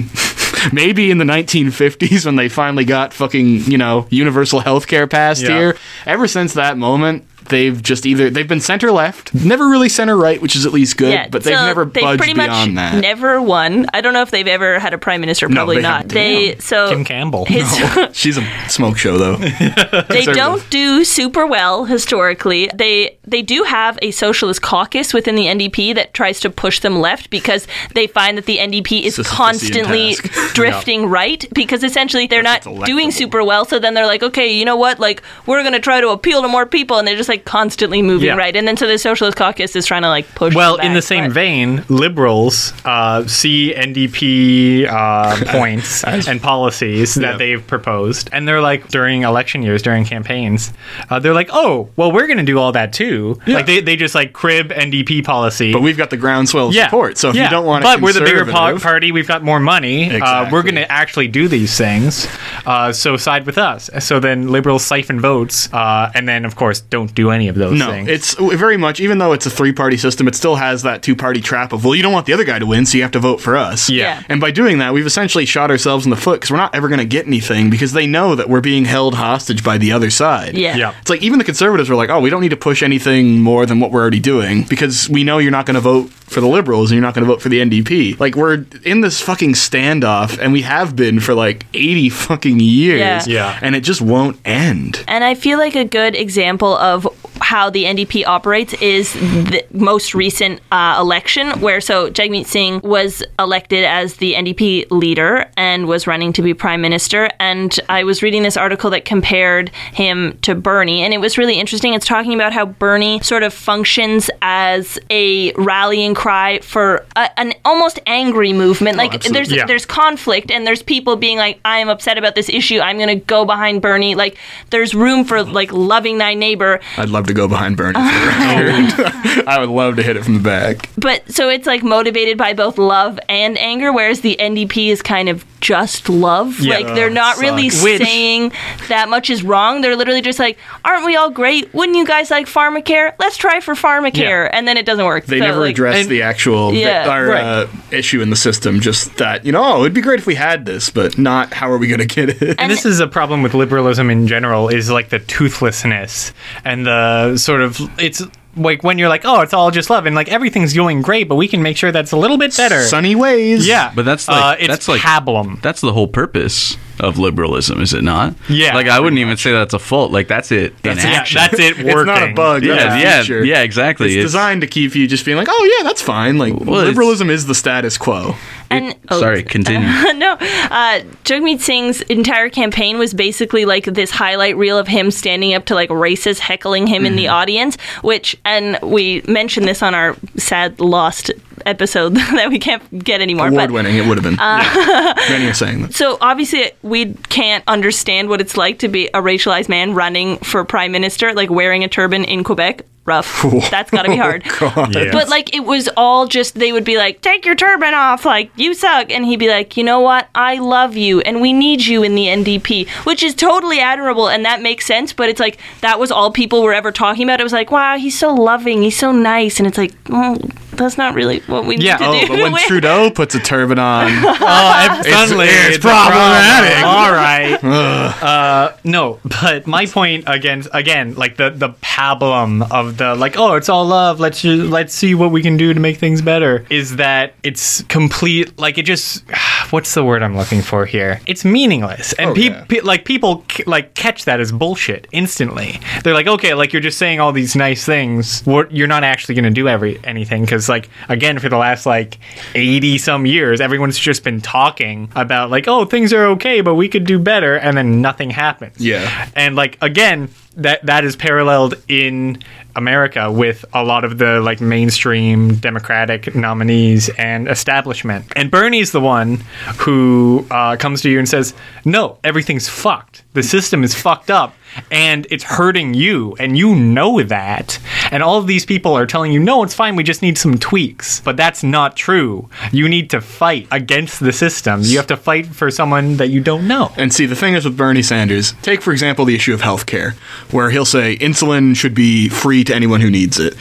A: Maybe in the 1950s when they finally got fucking, you know, universal health care passed
C: Yeah.
A: here. Ever since that moment, they've just either they've been center left, never really center right, which is at least good,
B: Yeah,
A: but they've
B: so
A: never
B: they've
A: budged
B: pretty
A: beyond
B: much
A: that.
B: Never won. I don't know if they've ever had a prime minister.
A: No,
B: Probably
A: they
B: not.
A: haven't.
B: They so
C: Kim Campbell.
B: his-
A: She's a smoke show though.
B: they don't do super well historically. They they do have a socialist caucus within the NDP that tries to push them left because they find that the NDP is
A: Sisyphusian
B: constantly
A: task.
B: drifting right because essentially they're
A: That's
B: not
A: what's
B: doing
A: electable.
B: super well. So then they're like, okay, you know what? Like we're gonna try to appeal to more people, and they're just like constantly moving
C: Yeah.
B: right. And then so the socialist caucus is trying to like push.
C: Well,
B: them
C: in
B: back,
C: the same
B: but-
C: vein, liberals uh, see NDP uh, points and policies that
A: Yeah.
C: they've proposed, and they're like during election years, during campaigns, uh, they're like, "Oh, well, we're going to do all that too." Like they, they just like crib NDP policy.
A: But we've got the groundswell of
C: yeah,
A: support, so if
C: yeah.
A: you don't want, a
C: but we're the bigger po-
A: conservative-
C: party. We've got more money. Uh, we're
A: Exactly.
C: going to actually do these things. Uh, so side with us. So then liberals siphon votes, uh, and then of course don't do any of those
A: No,
C: things.
A: it's very much. Even though it's a three-party system, it still has that two-party trap of well, you don't want the other guy to win, so you have to vote for us.
C: Yeah.
B: Yeah.
A: And by doing that, we've essentially shot ourselves in the foot because we're not ever going to get anything because they know that we're being held hostage by the other side.
B: Yeah.
C: Yeah.
A: It's like even the conservatives were like, "Oh, we don't need to push anything more than what we're already doing because we know you're not going to vote for the liberals and you're not going to vote for the NDP." Like we're in this fucking standoff and we have been for like 80 fucking years.
B: Yeah.
C: Yeah.
A: And it just won't end.
B: And I feel like a good example of how the NDP operates is the most recent uh, election, where so Jagmeet Singh was elected as the NDP leader and was running to be prime minister. And I was reading this article that compared him to Bernie, and it was really interesting. It's talking about how Bernie sort of functions as a rallying cry for a, an almost angry movement. Like there's
C: Yeah.
B: there's conflict and there's people being like i am upset about this issue i'm going to go behind bernie like there's room for like loving thy neighbor
A: I'd love to go behind Bernie. for the record. I would love to hit it from the back.
B: but so it's like motivated by both love and anger whereas the ndp is kind of just love
C: Yeah.
B: like they're not really
C: sucks. Which-
B: saying that much is wrong they're literally just like aren't we all great wouldn't you guys like pharmacare let's try for pharmacare and then it doesn't work
A: They
B: So,
A: never
B: like,
A: addressed
C: and-
A: the actual
B: Yeah.
A: our,
C: Right.
A: uh, issue in the system. Just that you know, oh, it'd be great if we had this, but not how are we going to get it?
C: And this is a problem with liberalism in general is like the toothlessness and the sort of it's like when you're like, oh, it's all just love and like everything's going great, but we can make sure that's a little bit better.
A: Sunny ways.
C: yeah,
D: But that's like-
C: uh, it's
D: that's like-
C: pablum.
D: That's the whole purpose of liberalism, is it not?
C: Yeah,
D: Like I wouldn't even say that's a fault. Like that's it in
C: Yeah,
D: action.
C: that's it working.
A: It's not a bug.
D: Yeah,
A: that's a
D: yeah,
A: feature.
D: yeah, exactly.
A: It's,
D: It's-
A: designed to keep you just being like, oh yeah, that's fine. Like
D: Well, it's-
A: liberalism is the status quo.
B: and oh,
D: Sorry, continue.
B: no, uh, Jagmeet Singh's entire campaign was basically like this highlight reel of him standing up to like racists heckling him in the audience, which, and we mentioned this on our sad lost episode that we can't get anymore.
A: Award
B: but,
A: winning, it would have been. yeah. Many are saying that.
B: so obviously we can't understand what it's like to be a racialized man running for prime minister, like wearing a turban in Quebec. Rough. That's got to be hard. But like it was all just they would be like, "Take your turban off, like you suck," and he'd be like, "You know what? I love you, and we need you in the NDP," which is totally admirable, and that makes sense. But it's like that was all people were ever talking about. It was like, "Wow, he's so loving, he's so nice," and it's like, oh, that's not really what we
C: Yeah,
B: need to
C: oh,
B: do.
A: But when Trudeau puts a turban on,
C: Uh, suddenly
A: it's
C: a
A: problematic.
C: All right. uh, no, but my point again, again, like the the pablum of the like, oh, it's all love. Let's ju- let's see what we can do to make things better. Is that it's complete? Like it just, what's the word I'm looking for here? It's meaningless, and
A: Oh,
C: peop
A: yeah.
C: pe- like people c- like catch that as bullshit instantly. They're like, okay, like you're just saying all these nice things. What you're not actually going to do every anything because like again for the last like eighty some years, everyone's just been talking about like, oh, things are okay, but we could do better, and then nothing happens.
A: Yeah.
C: and like again. That, that is paralleled in America with a lot of the like mainstream Democratic nominees and establishment. And Bernie's the one who uh, comes to you and says, "No, everything's fucked. The system is fucked up, and it's hurting you, and you know that." And all of these people are telling you, "No, it's fine. We just need some tweaks." But that's not true. You need to fight against the system. You have to fight for someone that you don't know.
A: and see, the thing is with Bernie Sanders, take for example the issue of healthcare, where he'll say insulin should be free to anyone who needs it.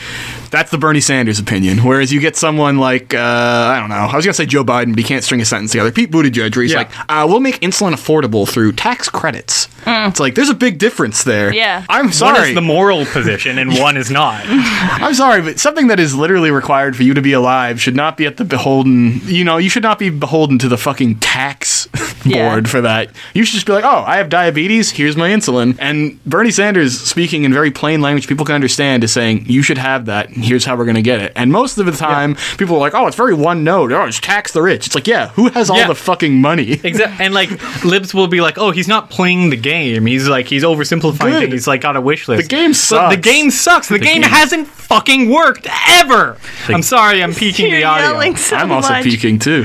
A: That's the Bernie Sanders opinion. Whereas you get someone like, uh, I don't know, I was going to say Joe Biden, but he can't string a sentence together. Pete Buttigieg, where he's
C: Yeah.
A: like, uh, we'll make insulin affordable through tax credits. It's like, there's a big difference there.
B: Yeah.
A: I'm
C: One is
A: sorry.
C: the moral position and one is not.
A: I'm sorry, but something that is literally required for you to be alive should not be at the beholden. You know, you should not be beholden to the fucking tax board
B: Yeah.
A: for that. You should just be like, oh, I have diabetes. Here's my insulin. And Bernie Sanders, speaking in very plain language people can understand, is saying you should have that. And here's how we're gonna get it. And most of the time, people are like, oh, it's very one note. Oh, it's tax the rich. It's like, yeah, who has all
C: Yeah.
A: the fucking money?
C: Exactly. And like Libs will be like, "Oh, he's not playing the game. He's like he's oversimplifying
A: Good.
C: things. He's like on a wish list.
A: The game
C: So
A: sucks.
C: the game sucks. The, game,
D: game-
C: hasn't fucking worked ever. I'm sorry, I'm peeking
B: You're
C: the audio.
B: yelling so
A: I'm also
B: much.
A: peaking too.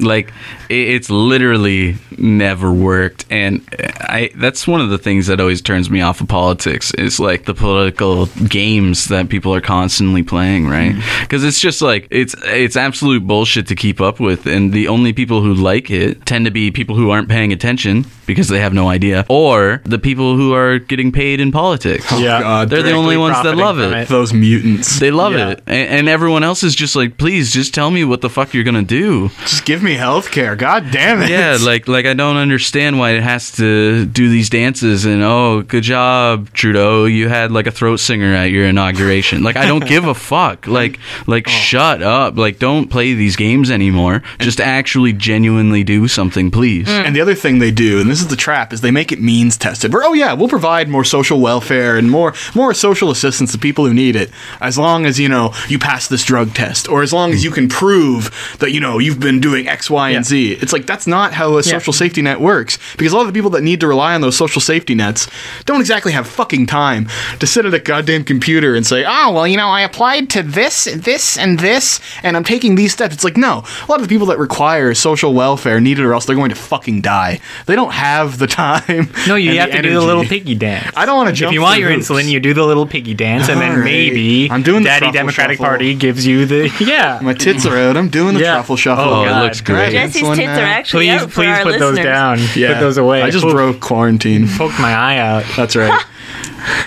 D: like it, it's literally never worked and i that's one of the things that always turns me off of politics is like the political games that people are constantly playing right
C: Mm-hmm.
D: because it's just like it's it's absolute bullshit to keep up with and the only people who like it tend to be people who aren't paying attention because they have no idea or the people who are getting paid in politics
C: Yeah.
A: God,
D: they're the only
C: Oh, directly
D: ones that
C: profiting
D: love
C: from
D: it
C: it.
A: those mutants.
D: they love
C: Yeah.
D: it and, and everyone else is just like please just tell me what the fuck you're gonna do
A: just give me health care. God damn it.
D: yeah, like like I don't understand why it has to do these dances and oh, good job, Trudeau, you had like a throat singer at your inauguration. Like I don't give a fuck. Like like shut up. Like don't play these games anymore. Just actually genuinely do something, please.
A: And the other thing they do, and this is the trap, is they make it means tested. Where oh yeah, we'll provide more social welfare and more more social assistance to people who need it, as long as you know you pass this drug test, or as long as you can prove that you know you've been doing X, Y, and Z. It's like that's not how a social safety net works, because a lot of the people that need to rely on those social safety nets don't exactly have fucking time to sit at a goddamn computer and say, oh well, you know I applied to this, this, and this, and I'm taking these steps. It's like no, a lot of the people that require social welfare need it, or else they're going to fucking die. They don't have the time.
C: No, you
A: and
C: have to do the
A: energy.
C: little piggy dance.
A: I don't wanna
C: If
A: jump
C: you want
A: through
C: your
A: hoops.
C: insulin, you do the little piggy dance, and then
A: Alright.
C: maybe
A: I'm doing the
C: Daddy
A: truffle
C: Democratic
A: shuffle.
C: Party gives you the yeah.
A: My tits are out. I'm doing the
C: Yeah.
A: truffle shuffle.
C: Oh,
D: Oh,
C: God.
D: it looks great.
A: Great.
B: Jesse's tits
A: Insulin
B: are
A: now.
B: actually
C: please,
B: out for
C: please
B: our
C: put
B: listeners.
C: those down.
A: Yeah.
C: Put those away.
A: I just
C: Oof,
A: broke quarantine.
C: poked my eye out.
A: That's right.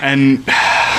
A: and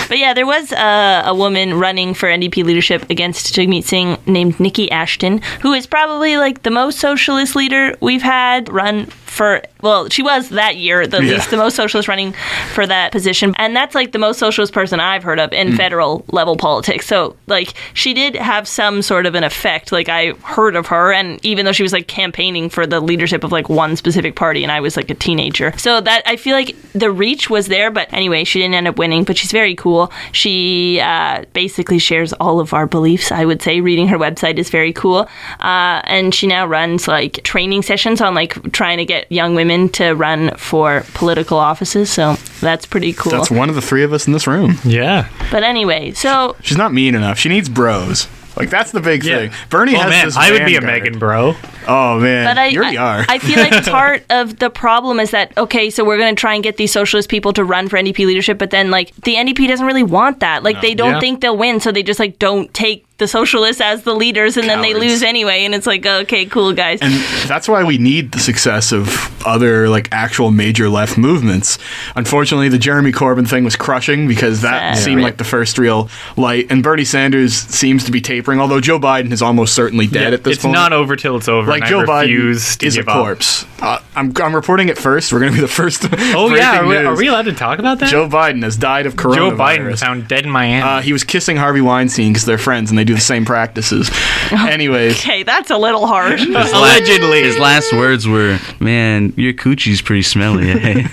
B: But yeah, there was uh, a woman running for NDP leadership against Jagmeet Singh named Nikki Ashton, who is probably like the most socialist leader we've had run for. Well, she was that year the
A: Yeah.
B: least, the most socialist running for that position, and that's like the most socialist person I've heard of in federal level politics. So like she did have some sort of an effect. Like I heard of her, and even though she was like campaigning for the leadership of like one specific party, and I was like a teenager, so that I feel like the reach was there. But anyway, she didn't end up winning. But she's very cool. She uh, basically shares all of our beliefs. I would say reading her website is very cool, uh, and she now runs like training sessions on like trying to get young women to run for political offices. So that's pretty cool.
A: that's one of the three of us in this room.
C: Yeah.
B: but anyway, so
A: She's not mean enough. She needs bros. Like that's the big
C: Yeah.
A: thing. Bernie
C: oh
A: has
C: man,
A: this.
C: I would be a
A: vanguard.
C: Megan bro.
A: Oh man,
B: But I,
A: you already
B: I,
A: are.
B: I feel like part of the problem is that okay, so we're going to try and get these socialist people to run for NDP leadership, but then like the NDP doesn't really want that. Like they don't
C: Yeah.
B: think they'll win, so they just like don't take the socialists as the leaders, and then they
A: Cowards.
B: lose anyway. And it's like okay, cool guys.
A: and that's why we need the success of other like actual major left movements. Unfortunately, the Jeremy Corbyn thing was crushing because that
B: Sad.
A: seemed
B: Yeah.
A: like the first real light, and Bernie Sanders seems to be tapering. Although Joe Biden is almost certainly dead at this
C: it's
A: point.
C: not over till it's over.
A: like
C: and
A: Joe
C: I
A: Biden
C: refuse to
A: is a
C: give up.
A: corpse. Uh, I'm I'm reporting it first. We're gonna be the first.
C: Oh yeah, are
A: breaking
C: we, are
A: news.
C: we allowed to talk about that?
A: Joe Biden has died of coronavirus.
C: Joe Biden found dead in Miami.
A: Uh, he was kissing Harvey Weinstein because they're friends and they do the same practices. Anyways,
B: okay, that's a little harsh.
D: His la- his last words were, "Man, your coochie's pretty smelly." eh?"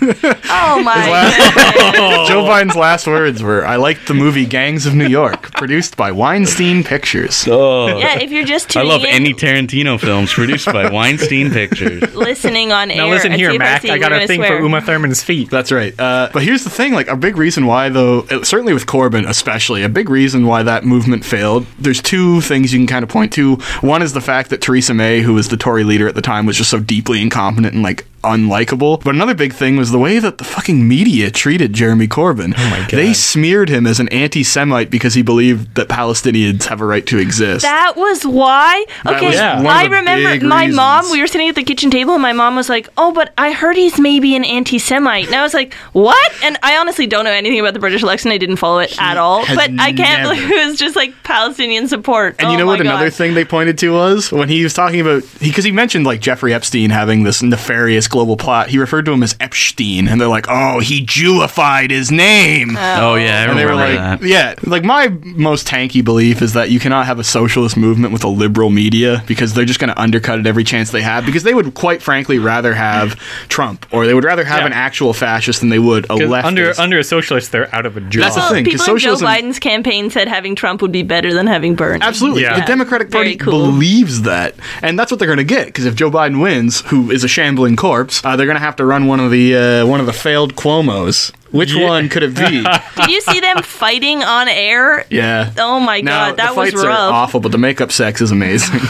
B: oh my.
A: Joe Biden's last words were, "I liked the movie Gangs of New York, produced by Weinstein Pictures."
D: oh,
B: Yeah, if you're just
D: I
B: tuning
D: love
B: in,
D: any Tarantino films produced by Weinstein Pictures.
B: listening on air.
C: now listen
B: at
C: here,
B: CFIC,
C: Mac. I
B: we're
C: got a
B: gonna
C: thing
B: swear.
C: for Uma Thurman's feet.
A: That's right. Uh, but here's the thing: like a big reason why, though, it- certainly with Corbyn, especially a big reason why that movement failed. There's two things you can kind of point to. One is the fact that Theresa May, who was the Tory leader at the time, was just so deeply incompetent and like unlikable. But another big thing was the way that the fucking media treated Jeremy Corbyn. Oh my god! They smeared him as an anti-Semite because he believed that Palestinians have a right to exist.
B: That was why. Okay,
A: was Yeah. one of
B: I
A: the big
B: remember my mom.
A: reasons.
B: We were sitting at the kitchen table, and my mom was like, "Oh, but I heard he's maybe an anti-Semite." And I was like, "What?" And I honestly don't know anything about the British election. I didn't follow it at all.
A: has
B: But I can't
A: never-
B: believe it was just like Palestinian support.
A: And
B: Oh
A: you know
B: my
A: what another
B: God.
A: thing they pointed to was when he was talking about because he, mentioned like Jeffrey Epstein having this nefarious global plot, he referred to him as Epstein, and they're like, "Oh, he Jewified his name."
D: Oh yeah, I
A: and they
D: remember
A: were like,
D: that.
A: yeah, like my most tanky belief is that you cannot have a socialist movement with a liberal media because they're just going to undercut it every chance they have because they would quite frankly rather have Trump or they would rather have
C: Yeah.
A: an actual fascist than they would a
C: 'Cause
A: leftist.
C: Under under a socialist, they're out of a job.
A: That's the
B: Well,
A: thing, 'cause
B: people in Joe
A: socialism-
B: Biden's campaign said having Trump would be better than having Bernie.
A: Absolutely.
C: Yeah.
A: The Democratic Party
B: Very cool.
A: believes that. And that's what they're going to get because if Joe Biden wins, who is a shambling corpse, uh, they're going to have to run one of the uh, one of the failed Cuomos. Which one could it be?
B: Did you see them fighting on air?
A: yeah.
B: Oh my
A: Now,
B: god,
A: the
B: that was
A: fights are
B: rough
A: awful, but the makeup sex is amazing.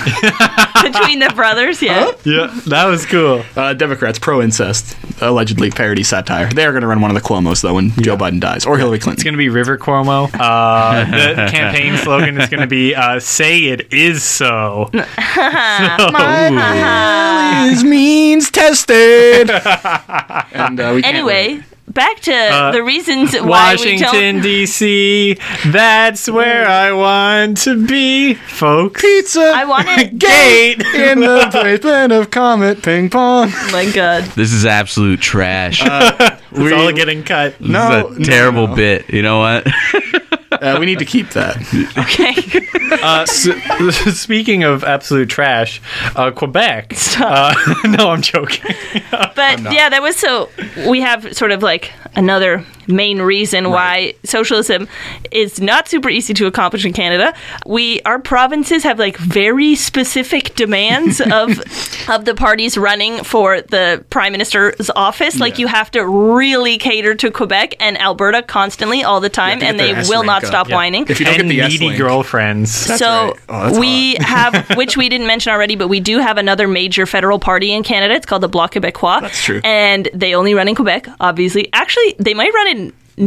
B: between the brothers. Yeah,
C: yeah, that was cool.
A: Uh, Democrats pro incest, allegedly parody satire. They're going to run one of the Cuomo's though when Joe Biden dies or Hillary Clinton.
C: It's gonna be River Cuomo. Uh, the campaign slogan is gonna be uh, "Say it is so."
A: is means tested. and, uh, we can't wait. Uh,
B: Anyway, back to the reasons why we don't.
C: Washington D.C. That's where I want to be, folks.
A: pizza.
B: I wanted.
C: Gate.
A: in the playpen of Comet Ping Pong.
B: Oh my god.
D: This is absolute trash.
C: It's all getting cut.
A: No,
D: this is a terrible bit. You know what?
A: Uh, we need to keep that.
B: Okay.
C: Uh, s- speaking of absolute trash, uh, Quebec.
B: Stop.
C: Uh, no, I'm joking.
B: But yeah, that was so. We have sort of like another main reason why socialism is not super easy to accomplish in Canada. We our provinces have like very specific demands of of the parties running for the prime minister's office. Like you have to really cater to Quebec and Alberta constantly, all the time,
A: to get
B: and they
A: their ass
B: will
A: rank
B: not
A: up.
B: stop
A: Yeah.
B: whining.
A: If you don't
C: and
A: get the
C: needy
A: S-link.
C: girlfriends.
B: So
A: right. Oh, that's
B: we have, which we didn't mention already, but we do have another major federal party in Canada. It's called the Bloc Québécois.
A: That's true.
B: And they only run in Quebec, obviously. Actually, they might run in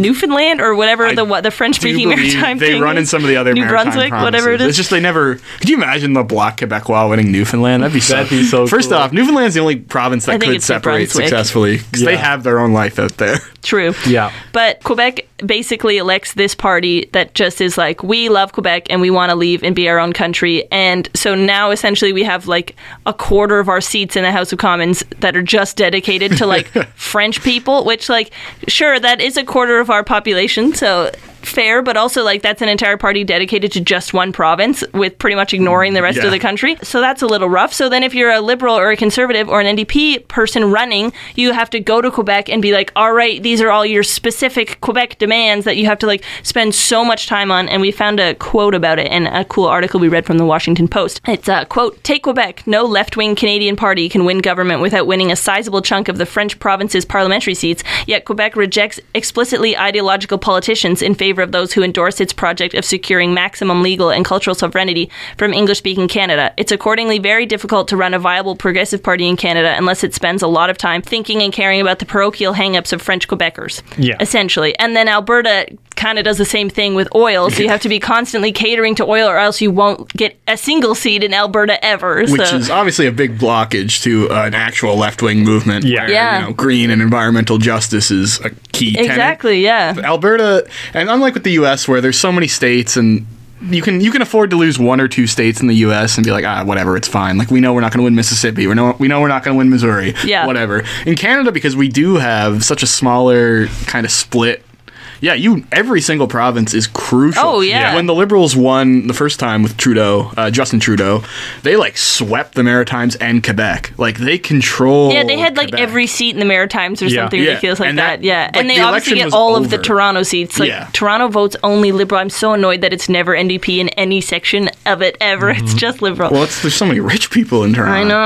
B: Newfoundland or whatever the what the French
A: Do you
B: speaking
A: believe
B: maritime
A: they
B: thing
A: run in
B: is.
A: some of the other
B: New
A: maritime
B: Brunswick,
A: provinces.
B: whatever it is.
A: It's just they never. Could you imagine the Bloc Quebecois winning Newfoundland? That'd be so.
C: That'd be so
A: First
C: cool.
A: off, Newfoundland's the only province
B: I
A: that
B: think
A: could
B: it's New
A: separate
B: Brunswick.
A: successfully because they
C: Yeah.
A: have their own life out there.
B: True.
C: Yeah.
B: But Quebec basically elects this party that just is like, we love Quebec and we want to leave and be our own country. And so now essentially we have like a quarter of our seats in the House of Commons that are just dedicated to like French people, which, like, sure, that is a quarter of our population. So fair, but also like that's an entire party dedicated to just one province with pretty much ignoring the rest
A: Yeah.
B: of the country. So that's a little rough. So then if you're a liberal or a conservative or an NDP person running, you have to go to Quebec and be like, all right, these are all your specific Quebec demands that you have to like spend so much time on. And we found a quote about it in a cool article we read from the Washington Post. It's a quote, take Quebec. No left-wing Canadian party can win government without winning a sizable chunk of the French province's parliamentary seats, yet Quebec rejects explicitly ideological politicians in favor of those who endorse its project of securing maximum legal and cultural sovereignty from English speaking Canada. It's accordingly very difficult to run a viable progressive party in Canada unless it spends a lot of time thinking and caring about the parochial hang ups of French Quebecers.
C: Yeah.
B: Essentially. And then Alberta kind of does the same thing with oil, so you have to be constantly catering to oil or else you won't get a single seat in Alberta ever.
A: which
B: so.
A: is obviously a big blockage to uh, an actual left wing movement.
C: Yeah.
A: where,
B: Yeah.
A: You know, green and environmental justice is a key tenet.
B: Exactly, yeah.
A: Alberta, and unlike with the U.S., where there's so many states and you can you can afford to lose one or two states in the U.S. and be like, ah, whatever, it's fine. Like we know we're not going to win Mississippi. We know we know we're not going to win Missouri.
B: Yeah.
A: whatever. In Canada, because we do have such a smaller kind of split. Yeah, you. Every single province is crucial.
B: Oh, yeah.
A: When the Liberals won the first time with Trudeau, uh, Justin Trudeau, they like swept the Maritimes and Quebec. Like they control.
B: Yeah, they had like
A: Quebec.
B: every seat in the Maritimes or
C: Yeah.
B: something
A: Yeah.
B: ridiculous like
A: And
B: that.
A: that-
B: Yeah,
A: like,
B: and they
A: the
B: obviously
A: election
B: get
A: was
B: all of the
A: over.
B: Toronto seats. Like
A: Yeah.
B: Toronto votes only Liberal. I'm so annoyed that it's never NDP in any section of it ever. It's just Liberal.
A: Mm-hmm. Well, it's, there's so many rich people in Toronto.
B: I know.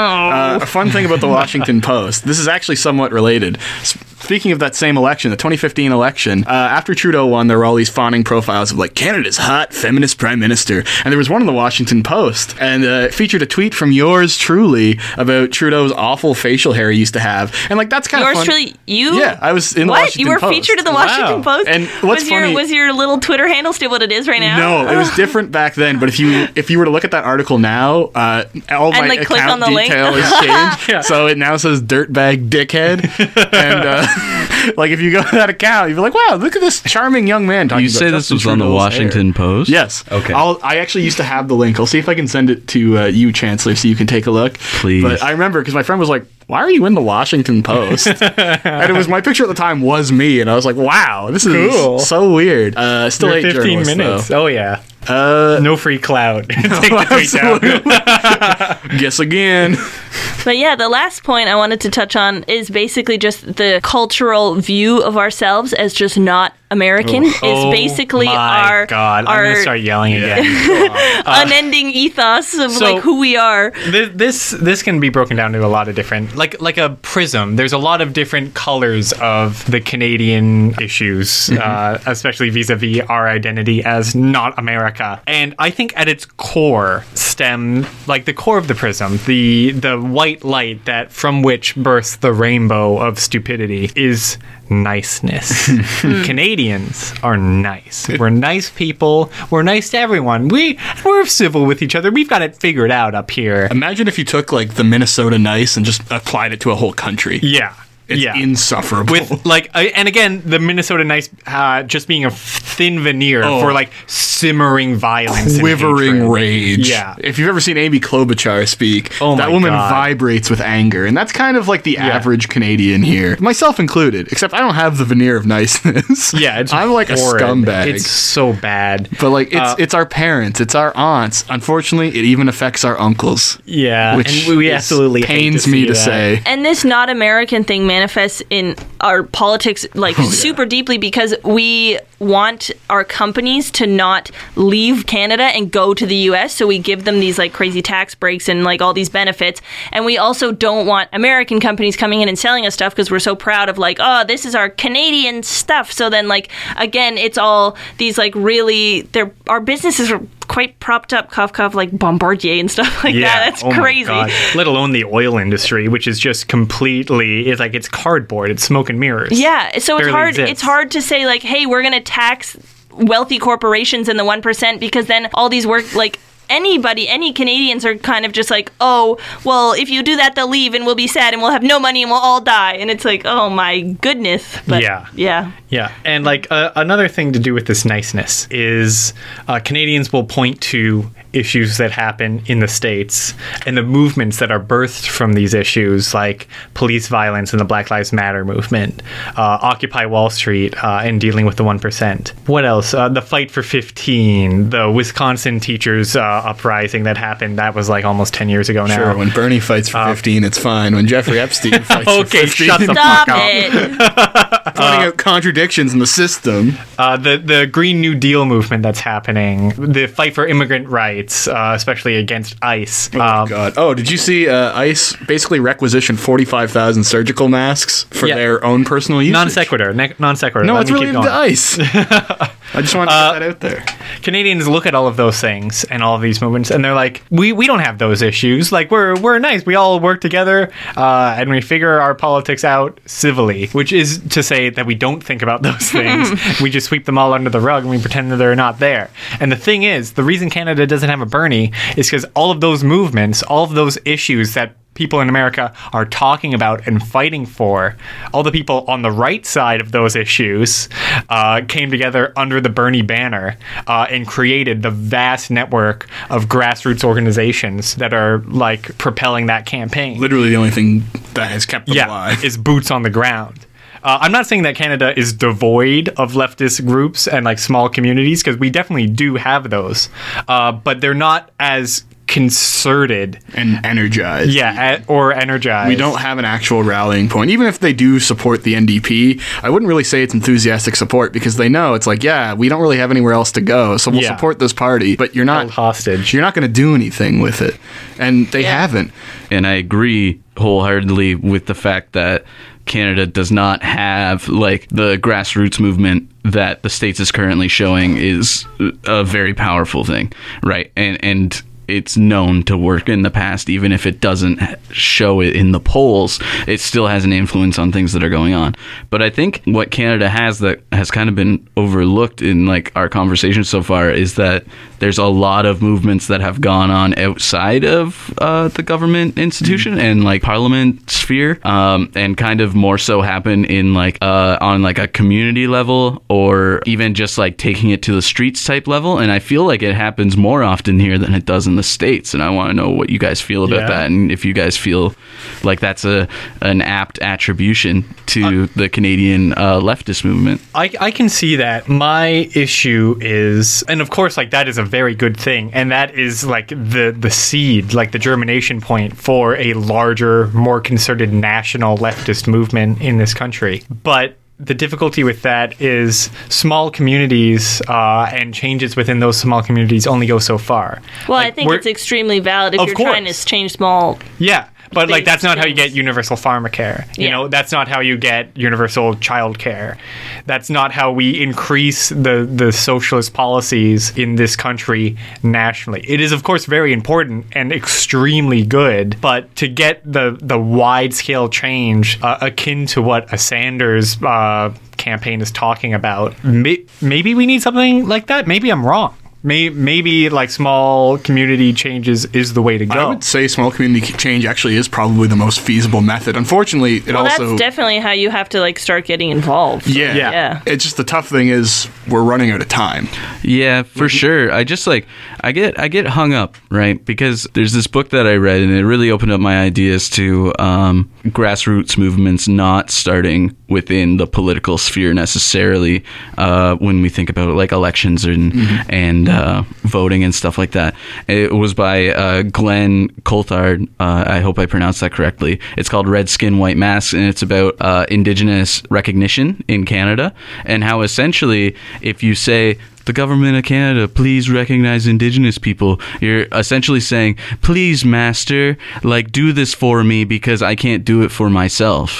A: Uh, a fun thing about the Washington Post. This is actually somewhat related. S- Speaking of that same election, the 2015 election, uh, after Trudeau won, there were all these fawning profiles of like Canada's hot feminist prime minister, and there was one in the Washington Post, and uh, it featured a tweet from yours truly about Trudeau's awful facial hair he used to have, and like that's kind of
B: Yours truly, you.
A: Yeah, I was in the
B: what?
A: Washington
B: you were
A: Post.
B: featured in the
A: Wow.
B: Washington Post.
A: And what's
B: was
A: funny-
B: your was your little Twitter handle still what it is right now?
A: No, it was different back then. But if you if you were to look at that article now, uh, all my
B: like, click on
A: account
B: the link.
A: detail has changed. So it now says dirtbag dickhead. and uh, like if you go to that account, you'd be like, wow, look at this charming young man. Talking
D: You
A: about
D: say this
A: Justin
D: was on the
A: Trudeau's
D: Washington
A: hair.
D: Post?
A: Yes.
D: Okay.
A: I'll, I actually used to have the link. I'll see if I can send it to uh, you, Chancellor, so you can take a look.
D: Please.
A: But I remember because my friend was like, why are you in the Washington Post? and it was my picture at the time was me, and I was like, wow, this is
C: Cool.
A: so weird. Uh, still
C: They're
A: hate
C: 15
A: journalists,
C: minutes.
A: though.
C: Oh, yeah.
A: Uh,
C: No free clout. Take the tweet down.
A: guess again.
B: But yeah, the last point I wanted to touch on is basically just the cultural view of ourselves as just not American is
C: Oh
B: basically
C: my
B: our
C: God. I'm going
B: our
C: to start yelling again.
B: unending ethos of
C: so-
B: like who we are.
C: Th- this this can be broken down to a lot of different like like a prism there's a lot of different colors of the canadian issues uh, especially vis-a-vis our identity as not america and i think at its core stem like the core of the prism the the white light that from which bursts the rainbow of stupidity is niceness canadians are nice we're nice people we're nice to everyone we we're civil with each other we've got it figured out up here
A: Imagine if you took like the Minnesota nice and just applied it to a whole country.
C: Yeah.
A: It's
C: yeah.
A: insufferable.
C: with like, I- and again, the Minnesota nice uh, just being a thin veneer
A: Oh.
C: for like simmering violence, and
A: quivering
C: hatred.
A: rage.
C: Yeah.
A: If you've ever seen Amy Klobuchar speak,
C: Oh
A: that
C: my
A: woman
C: God.
A: vibrates with anger. And that's kind of like the average Canadian here, myself included, except I don't have the veneer of niceness.
C: Yeah, it's
A: I'm like
C: horrid.
A: a scumbag.
C: It's uh, so bad.
A: but like it's it's our parents, it's our aunts. Unfortunately, it even affects our uncles.
C: Yeah,
A: Which
C: and we
A: is-
C: absolutely hate
A: pains
C: to
A: me
C: see
A: to
C: that.
A: say.
B: And this not American thing manifests in our politics like
C: Oh,
B: super deeply because we want our companies to not leave Canada and go to the US. So we give them these like crazy tax breaks and like all these benefits. And we also don't want American companies coming in and selling us stuff because we're so proud of like, oh, this is our Canadian stuff. So then like again, it's all these like really they're our businesses are quite propped up, cough cough, like Bombardier and stuff like
C: Yeah,
B: that. That's
C: oh my
B: crazy.
C: God. Let alone the oil industry, which is just completely it's like it's cardboard, it's smoke and mirrors.
B: Yeah, so it's
C: barely
B: hard.
C: exists.
B: It's hard to say like, hey, we're going to tax wealthy corporations and the one percent because then all these work like anybody, any Canadians are kind of just like, oh, well, if you do that, they'll leave and we'll be sad and we'll have no money and we'll all die. And it's like, oh my goodness. But
C: Yeah.
B: yeah,
C: Yeah, and like uh, another thing to do with this niceness is uh, Canadians will point to issues that happen in the states and the movements that are birthed from these issues, like police violence and the Black Lives Matter movement, uh, Occupy Wall Street, uh, and dealing with the one percent. What else? Uh, the fight for fifteen, the Wisconsin teachers uh, uprising that happened. That was like almost ten years ago now. Uh,
A: Sure, when Bernie fights for 15, it's fine. When Jeffrey Epstein fights
C: Okay,
A: for 15,
C: shut the
B: stop
C: fuck up.
B: it.
A: pointing out contradictions in the system.
C: Uh, the the Green New Deal movement that's happening, the fight for immigrant rights, uh, especially against ICE.
A: Oh,
C: Um,
A: God. Oh, did you see uh, ICE basically requisitioned 45,000 surgical masks for
C: Yeah.
A: their own personal use?
C: non sequitur, ne- non sequitur.
A: No,
C: Let
A: it's
C: me
A: really the
C: keep going. Uh,
A: ICE. I just want to put that out there.
C: Canadians look at all of those things and all of these movements, and they're like, we we don't have those issues. Like we're we're nice. We all work together, uh, and we figure our politics out civilly, which is to say that we don't think about those things. we just sweep them all under the rug and we pretend that they're not there. And the thing is, the reason Canada doesn't have a Bernie is because all of those movements, all of those issues that people in America are talking about and fighting for. All the people on the right side of those issues uh, came together under the Bernie banner uh, and created the vast network of grassroots organizations that are like propelling that campaign.
A: Literally the only thing that has kept them
C: yeah,
A: alive.
C: is boots on the ground. Uh, I'm not saying that Canada is devoid of leftist groups and like small communities because we definitely do have those, uh, but they're not as concerted,
A: And energized.
C: yeah, a- or energized.
A: e- We don't have an actual rallying point. Even if they do support the NDP, I wouldn't really say it's enthusiastic support because they know it's like, yeah, we don't really have anywhere else to go, so we'll
C: Yeah.
A: support this party, but you're not
C: held hostage.
A: You're not going to do anything with it. And they haven't.
D: and I agree wholeheartedly with the fact that Canada does not have like the grassroots movement that the states is currently showing is a very powerful thing, right? And and it's known to work in the past even if it doesn't show it in the polls it still has an influence on things that are going on but i think what canada has that has kind of been overlooked in like our conversation so far is that there's a lot of movements that have gone on outside of uh, the government institution and like parliament sphere um, and kind of more so happen in like uh, on like a community level or even just like taking it to the streets type level and i feel like it happens more often here than it does in the the states, and I want to know what you guys feel about
C: Yeah.
D: that, and if you guys feel like that's a an apt attribution to the Canadian uh, leftist movement.
C: I, I can see that. My issue is, and of course, like that is a very good thing, and that is like the the seed, like the germination point for a larger, more concerted national leftist movement in this country. But the difficulty with that is small communities uh, and changes within those small communities only go so far.
B: Well, I
C: Like,
B: think
C: we're-
B: it's extremely valid if
C: Of
B: you're trying
C: course.
B: to change small.
C: yeah. But like
B: big
C: that's not how you get
B: things.
C: universal pharmacare. You
B: Yeah.
C: know, that's not how you get universal child care. That's not how we increase the the socialist policies in this country nationally. It is of course very important and extremely good, but to get the the wide scale change uh, akin to what a Sanders uh, campaign is talking about, may- maybe we need something like that. Maybe I'm wrong. May- Maybe like small community changes is the way to go.
A: I would say small community c- change actually is probably the most feasible method. Unfortunately, it
B: Well,
A: also
B: that's definitely how you have to like start getting involved.
A: yeah.
C: Yeah.
B: Yeah.
A: It's just the tough thing is we're running out of time.
D: Yeah, for sure. I just like I get I get hung up, right? Because there's this book that I read and it really opened up my ideas to um, grassroots movements not starting within the political sphere necessarily uh, when we think about like elections and and uh, voting and stuff like that. It was by uh, Glenn Coulthard. Uh, I hope I pronounced that correctly. It's called Red Skin White Masks and it's about uh, indigenous recognition in Canada and how essentially if you say the government of Canada, please recognize Indigenous people. You're essentially saying, please, master, like, do this for me because I can't do it for myself.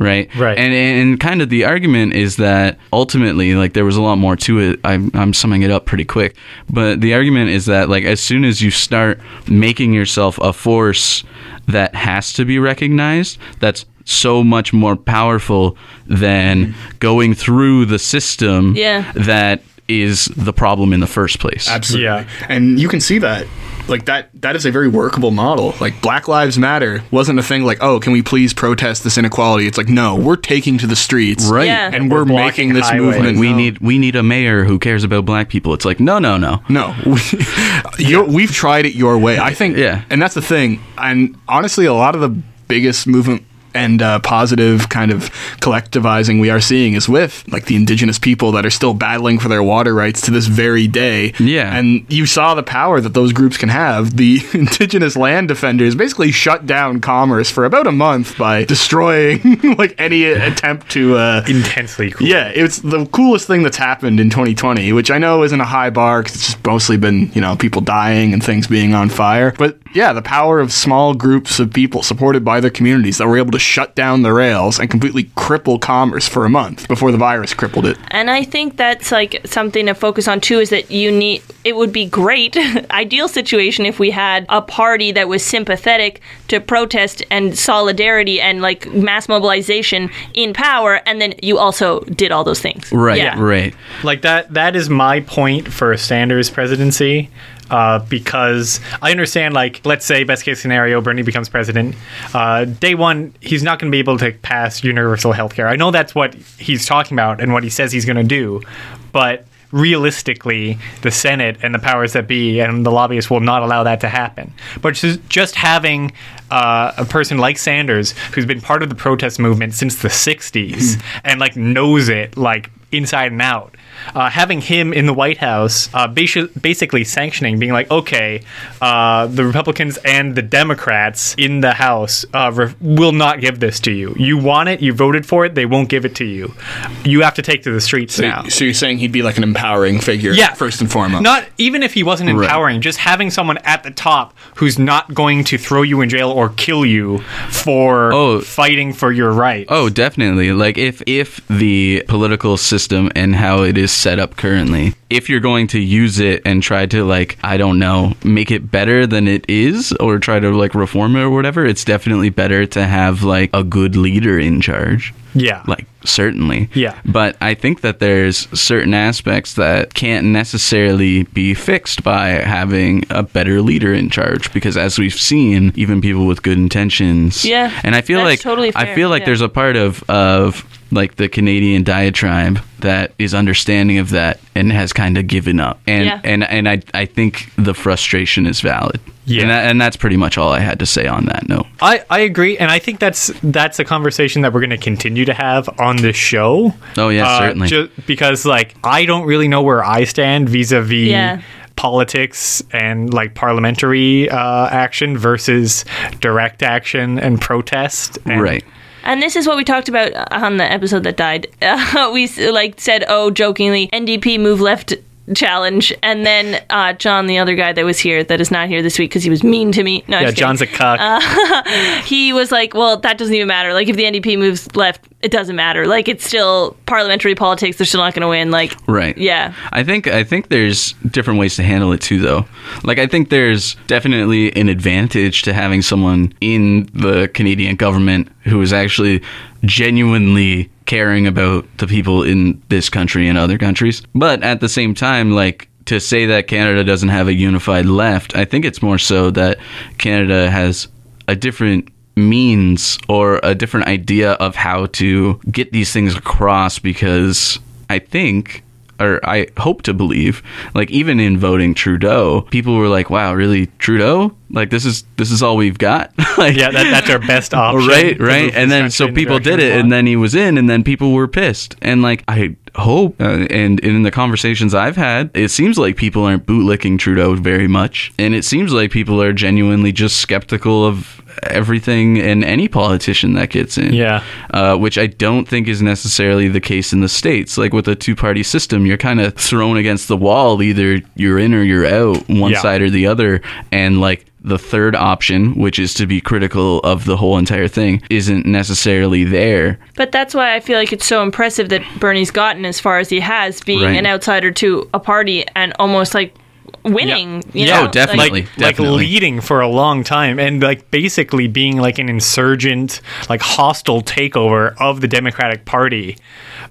D: Right?
C: Right.
D: And, and kind of the argument is that ultimately, like, there was a lot more to it. I'm, I'm summing it up pretty quick. But the argument is that, like, as soon as you start making yourself a force that has to be recognized, that's so much more powerful than going through the system
B: Yeah.
D: that is the problem in the first place.
A: Absolutely.
C: Yeah.
A: And you can see that. Like that that is a very workable model. Like Black Lives Matter wasn't a thing like, oh, can we please protest this inequality? It's like, no, we're taking to the streets.
D: Right.
B: Yeah.
A: And we're,
C: We're blocking
A: making this
C: highways.
A: movement.
D: We need we need a mayor who cares about black people. It's like no no no.
A: No, we, you we've tried it your way. I think,
D: Yeah.
A: and that's the thing. And honestly, a lot of the biggest movement and uh, positive kind of collectivizing we are seeing is with like the indigenous people that are still battling for their water rights to this very day.
D: Yeah.
A: and you saw the power that those groups can have. The indigenous land defenders basically shut down commerce for about a month by destroying like any attempt to uh,
C: intensely cool.
A: yeah, it's the coolest thing that's happened in 2020, which I know isn't a high bar because it's just mostly been, you know, people dying and things being on fire. But yeah, the power of small groups of people supported by their communities that were able to shut down the rails and completely cripple commerce for a month before the virus crippled it.
B: And I think that's like something to focus on too is that you need it would be great ideal situation if we had a party that was sympathetic to protest and solidarity and like mass mobilization in power and then you also did all those things.
D: Right
B: Yeah.
D: right.
C: like that that is my point for Sanders presidency uh, because I understand like let's say best case scenario Bernie becomes president uh, day one he's not going to be able to pass universal health care I know that's what he's talking about and what he says he's going to do but realistically the Senate and the powers that be and the lobbyists will not allow that to happen but just- just having uh, a person like Sanders who's been part of the protest movement since the 60s and like knows it like inside and out. Uh, having him in the White House, uh, basi- basically sanctioning, being like, okay, uh, the Republicans and the Democrats in the House uh, re- will not give this to you. You want it, you voted for it, they won't give it to you. You have to take to the streets now.
A: So you're saying he'd be like an empowering figure,
C: Yeah.
A: first and foremost.
C: Not even if he wasn't empowering, just having someone at the top who's not going to throw you in jail or kill you for
D: Oh.
C: fighting for your rights.
D: Oh, definitely. Like if if the political system and how it is set up currently, if you're going to use it and try to like I don't know, make it better than it is or try to like reform it or whatever, it's definitely better to have like a good leader in charge.
C: Yeah.
D: Like certainly.
C: Yeah.
D: But I think that there's certain aspects that can't necessarily be fixed by having a better leader in charge because as we've seen, even people with good intentions.
B: Yeah,
D: And I feel
B: that's
D: like
B: totally
D: I
B: fair,
D: feel like
B: yeah.
D: there's a part of of like the Canadian diatribe that is understanding of that and has kind of given up. And
B: Yeah.
D: and and I I think the frustration is valid.
C: Yeah.
D: And, that, and that's pretty much all I had to say on that note.
C: I, I agree, and I think that's that's a conversation that we're going to continue to have on this show. Uh,
D: Oh, yeah, certainly.
C: ju- because like I don't really know where I stand vis-a-vis
B: Yeah.
C: politics and like parliamentary uh, action versus direct action and protest. And
D: right.
B: And this is what we talked about on the episode that died. Uh, we s- like said, oh, jokingly, NDP move left challenge, and then uh, John, the other guy that was here, that is not here this week because he was mean to me. No, I'm
C: Yeah,
B: just kidding.
C: John's a cuck.
B: he was like, well, that doesn't even matter. Like, if the NDP moves left, it doesn't matter. Like, it's still parliamentary politics. They're still not going to win. Like,
D: Right.
B: yeah.
D: I think I think there's different ways to handle it too though. Like I think there's definitely an advantage to having someone in the Canadian government who is actually genuinely caring about the people in this country and other countries. But at the same time like to say that Canada doesn't have a unified left, I think it's more so that Canada has a different means or a different idea of how to get these things across because I think or I hope to believe, like even in voting Trudeau, people were like, "Wow, really, Trudeau? Like this is this is all we've got." like,
C: yeah, that, that's our best option.
D: right,
C: to move
D: right. And then
C: this
D: so
C: country in the
D: people
C: direction
D: did
C: we
D: it,
C: want.
D: and then he was in, and then people were pissed. And like I hope, uh, and in the conversations I've had, it seems like people aren't bootlicking Trudeau very much, and it seems like people are genuinely just skeptical of everything and any politician that gets in.
C: Yeah.
D: Uh, which I don't think is necessarily the case in the states. Like with a two-party system, you're kind of thrown against the wall. Either you're in or you're out. One
C: Yeah.
D: side or the other, and like the third option, which is to be critical of the whole entire thing, isn't necessarily there.
B: But that's why I feel like it's so impressive that Bernie's gotten as far as he has, being
D: Right.
B: an outsider to a party and almost like winning.
C: Yeah.
B: You
D: Yeah,
B: know?
D: oh, definitely.
B: Like,
C: like
D: definitely.
C: leading for a long time and like basically being like an insurgent like hostile takeover of the democratic party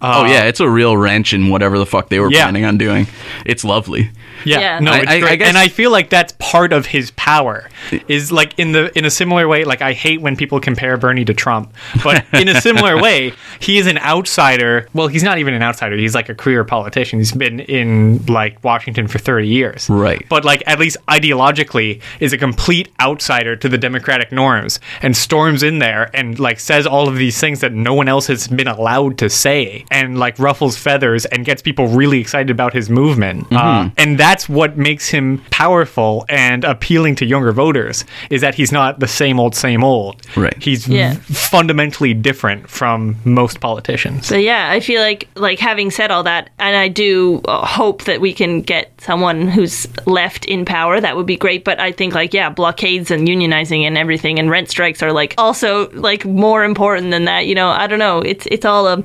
D: oh yeah, it's a real wrench in whatever the fuck they were
C: Uh, Yeah.
D: planning on doing. It's lovely.
C: yeah,
B: Yeah.
C: no
D: I-
C: it's
D: I- I
C: great
D: guess-
C: and i feel like that's part of his power is like in the in a similar way like i hate when people compare bernie to trump but in a similar way he is an outsider well he's not even an outsider he's like a career politician he's been in like washington for 30 years
D: Right.
C: but like at least ideologically is a complete outsider to the democratic norms and storms in there and like says all of these things that no one else has been allowed to say and like ruffles feathers and gets people really excited about his movement uh, and that's what makes him powerful and appealing to younger voters is that he's not the same old same old
D: Right.
C: he's
B: Yeah.
C: fundamentally different from most politicians
B: But yeah, I feel like like having said all that, and I do uh, hope that we can get someone who's left in power. That would be great. But I think like yeah, blockades and unionizing and everything and rent strikes are like also like more important than that. You know, I don't know. It's it's all a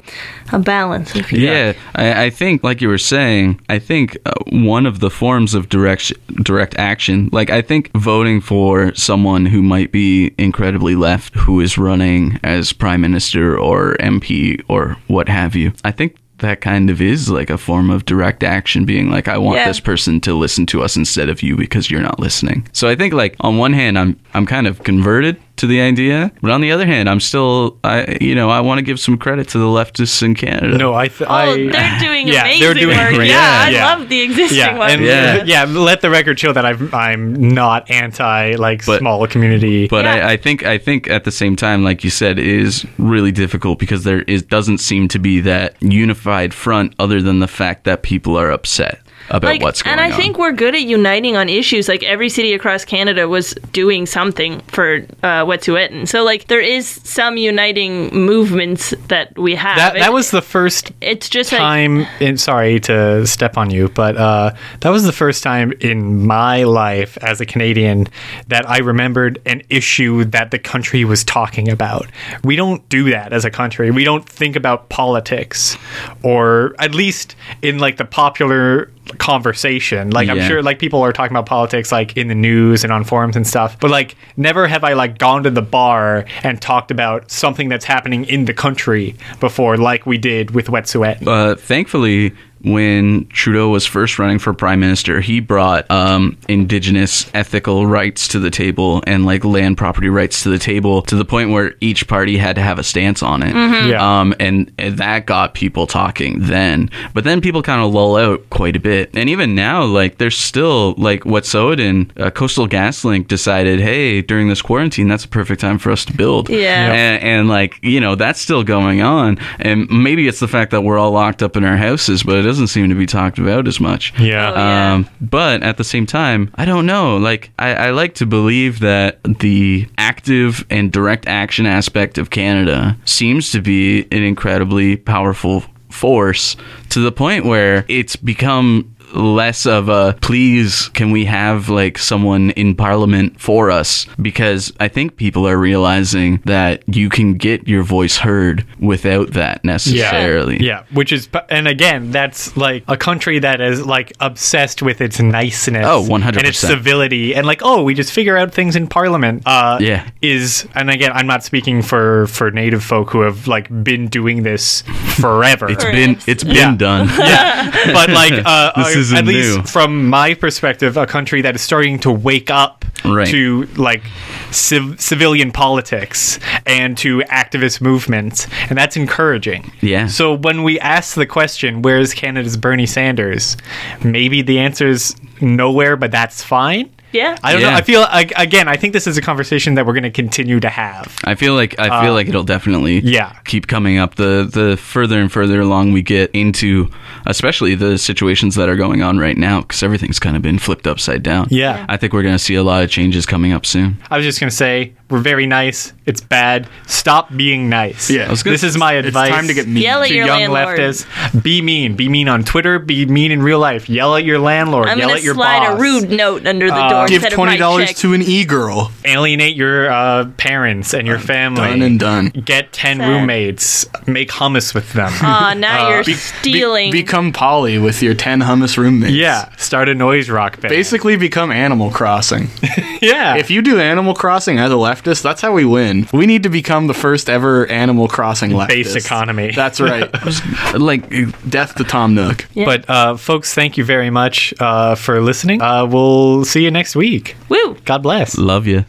B: a balance. if you will.
D: Yeah, I, I think, like you were saying, I think uh, one of the forms of direct direct action, like I think voting for someone who might be incredibly left, who is running as prime minister or MP or what have you, I think that kind of is like a form of direct action being like i want
B: Yeah.
D: this person to listen to us instead of you because you're not listening so i think like on one hand i'm i'm kind of converted to the idea but on the other hand i'm still i you know i want to give some credit to the leftists in canada
C: no i th-
B: Oh,
C: I,
B: they're doing
C: Yeah,
B: amazing
C: they're doing
B: work.
D: great.
B: Yeah,
C: Yeah.
B: I love the existing
C: yeah,
B: one.
C: and
D: Yeah.
C: yeah. Let the record show that I'm I'm not anti like
D: But-
C: small community.
D: But
B: Yeah.
D: I, I think I think at the same time, like you said, it is really difficult because there is doesn't seem to be that unified front other than the fact that people are upset about
B: Like,
D: what's going
B: and
D: on.
B: I think we're good at uniting on issues. Like every city across Canada was doing something for uh, Wet'suwet'en. So like there is some uniting movements that we have.
C: that
B: It-
C: that was the first
B: it's just like
C: time. In, sorry to step on you, but uh, that was the first time in my life as a Canadian that I remembered an issue that the country was talking about. We don't do that as a country. We don't think about politics, or at least in like the popular conversation. Like I'm
D: Yeah.
C: sure like people are talking about politics like in the news and on forums and stuff but like never have i like gone to the bar and talked about something that's happening in the country before like we did with wetsuet
D: uh, thankfully when Trudeau was first running for prime minister, he brought um, indigenous ethical rights to the table and like land property rights to the table to the point where each party had to have a stance on it.
B: Mm-hmm.
C: Yeah.
D: Um, and, and that got people talking then. But then people kind of lull out quite a bit. And even now, like, there's still, like, what Soden, uh, Coastal GasLink decided, hey, during this quarantine, that's a perfect time for us to build.
B: Yeah. Yeah.
D: And, and, like, you know, that's still going on. And maybe it's the fact that we're all locked up in our houses, but it doesn't seem to be talked about as much.
C: Yeah.
B: Oh, yeah.
D: Um, but at the same time, I don't know. Like, I, I like to believe that the active and direct action aspect of Canada seems to be an incredibly powerful force to the point where it's become less of a please can we have like someone in parliament for us because i think people are realizing that you can get your voice heard without that necessarily
C: Yeah, which is, and again, that's like a country that is like obsessed with its niceness.
D: Oh, 100%.
C: And its civility, and like, oh, we just figure out things in Parliament. Uh,
D: Yeah.
C: is and again, I'm not speaking for for Native folk who have like been doing this forever.
D: it's been it's been
C: Yeah.
D: done
C: yeah, but like uh,
D: This
C: uh,
D: isn't
C: at least
D: new.
C: from my perspective, a country that is starting to wake up
D: Right.
C: to like civ- civilian politics and to activist movements, and that's encouraging.
D: Yeah.
C: So when we ask the question, "Where is Canada's Bernie Sanders?" Maybe the answer is nowhere, but that's fine.
B: Yeah.
C: I don't know.
D: Yeah.
C: I feel I, again. I think this is a conversation that we're going to continue to have.
D: I feel like I feel like it'll definitely
C: Uh, yeah.
D: keep coming up the the further and further along we get into especially the situations that are going on right now cuz everything's kind of been flipped upside down.
C: Yeah. Yeah.
D: I think we're going to see a lot of changes coming up soon.
C: I was just going to say we're very nice. It's bad. Stop being nice.
A: Yeah. I was
D: gonna-
C: this is my
A: it's
C: advice.
A: time to get mean.
B: Yell at
C: to
B: your
C: young
B: landlord.
C: leftists. Be mean. Be mean on Twitter. Be mean in real life. Yell at your landlord.
B: I'm
C: Yell
B: gonna
C: at your
B: slide
C: boss.
B: a rude note under the door.
A: Uh, Give
B: instead of my
A: twenty dollars
B: check.
A: to an e girl.
C: Alienate your uh, parents and your family.
A: Done and done.
C: Get ten
B: Sad.
C: roommates. Make hummus with them.
B: Aw, now you're
A: Be- be-
B: stealing.
A: become Polly with your ten hummus roommates.
C: yeah. Start a noise rock band.
A: Basically, become Animal Crossing.
C: yeah.
A: If you do Animal Crossing as a leftist, that's how we win. We need to become the first ever Animal Crossing leftist.
C: Base economy.
A: That's right.
D: Like
A: Death to Tom Nook.
B: Yeah.
C: But uh, folks, thank you very much uh, for listening. Uh, we'll see you next week.
B: Woo.
C: God bless.
D: love you.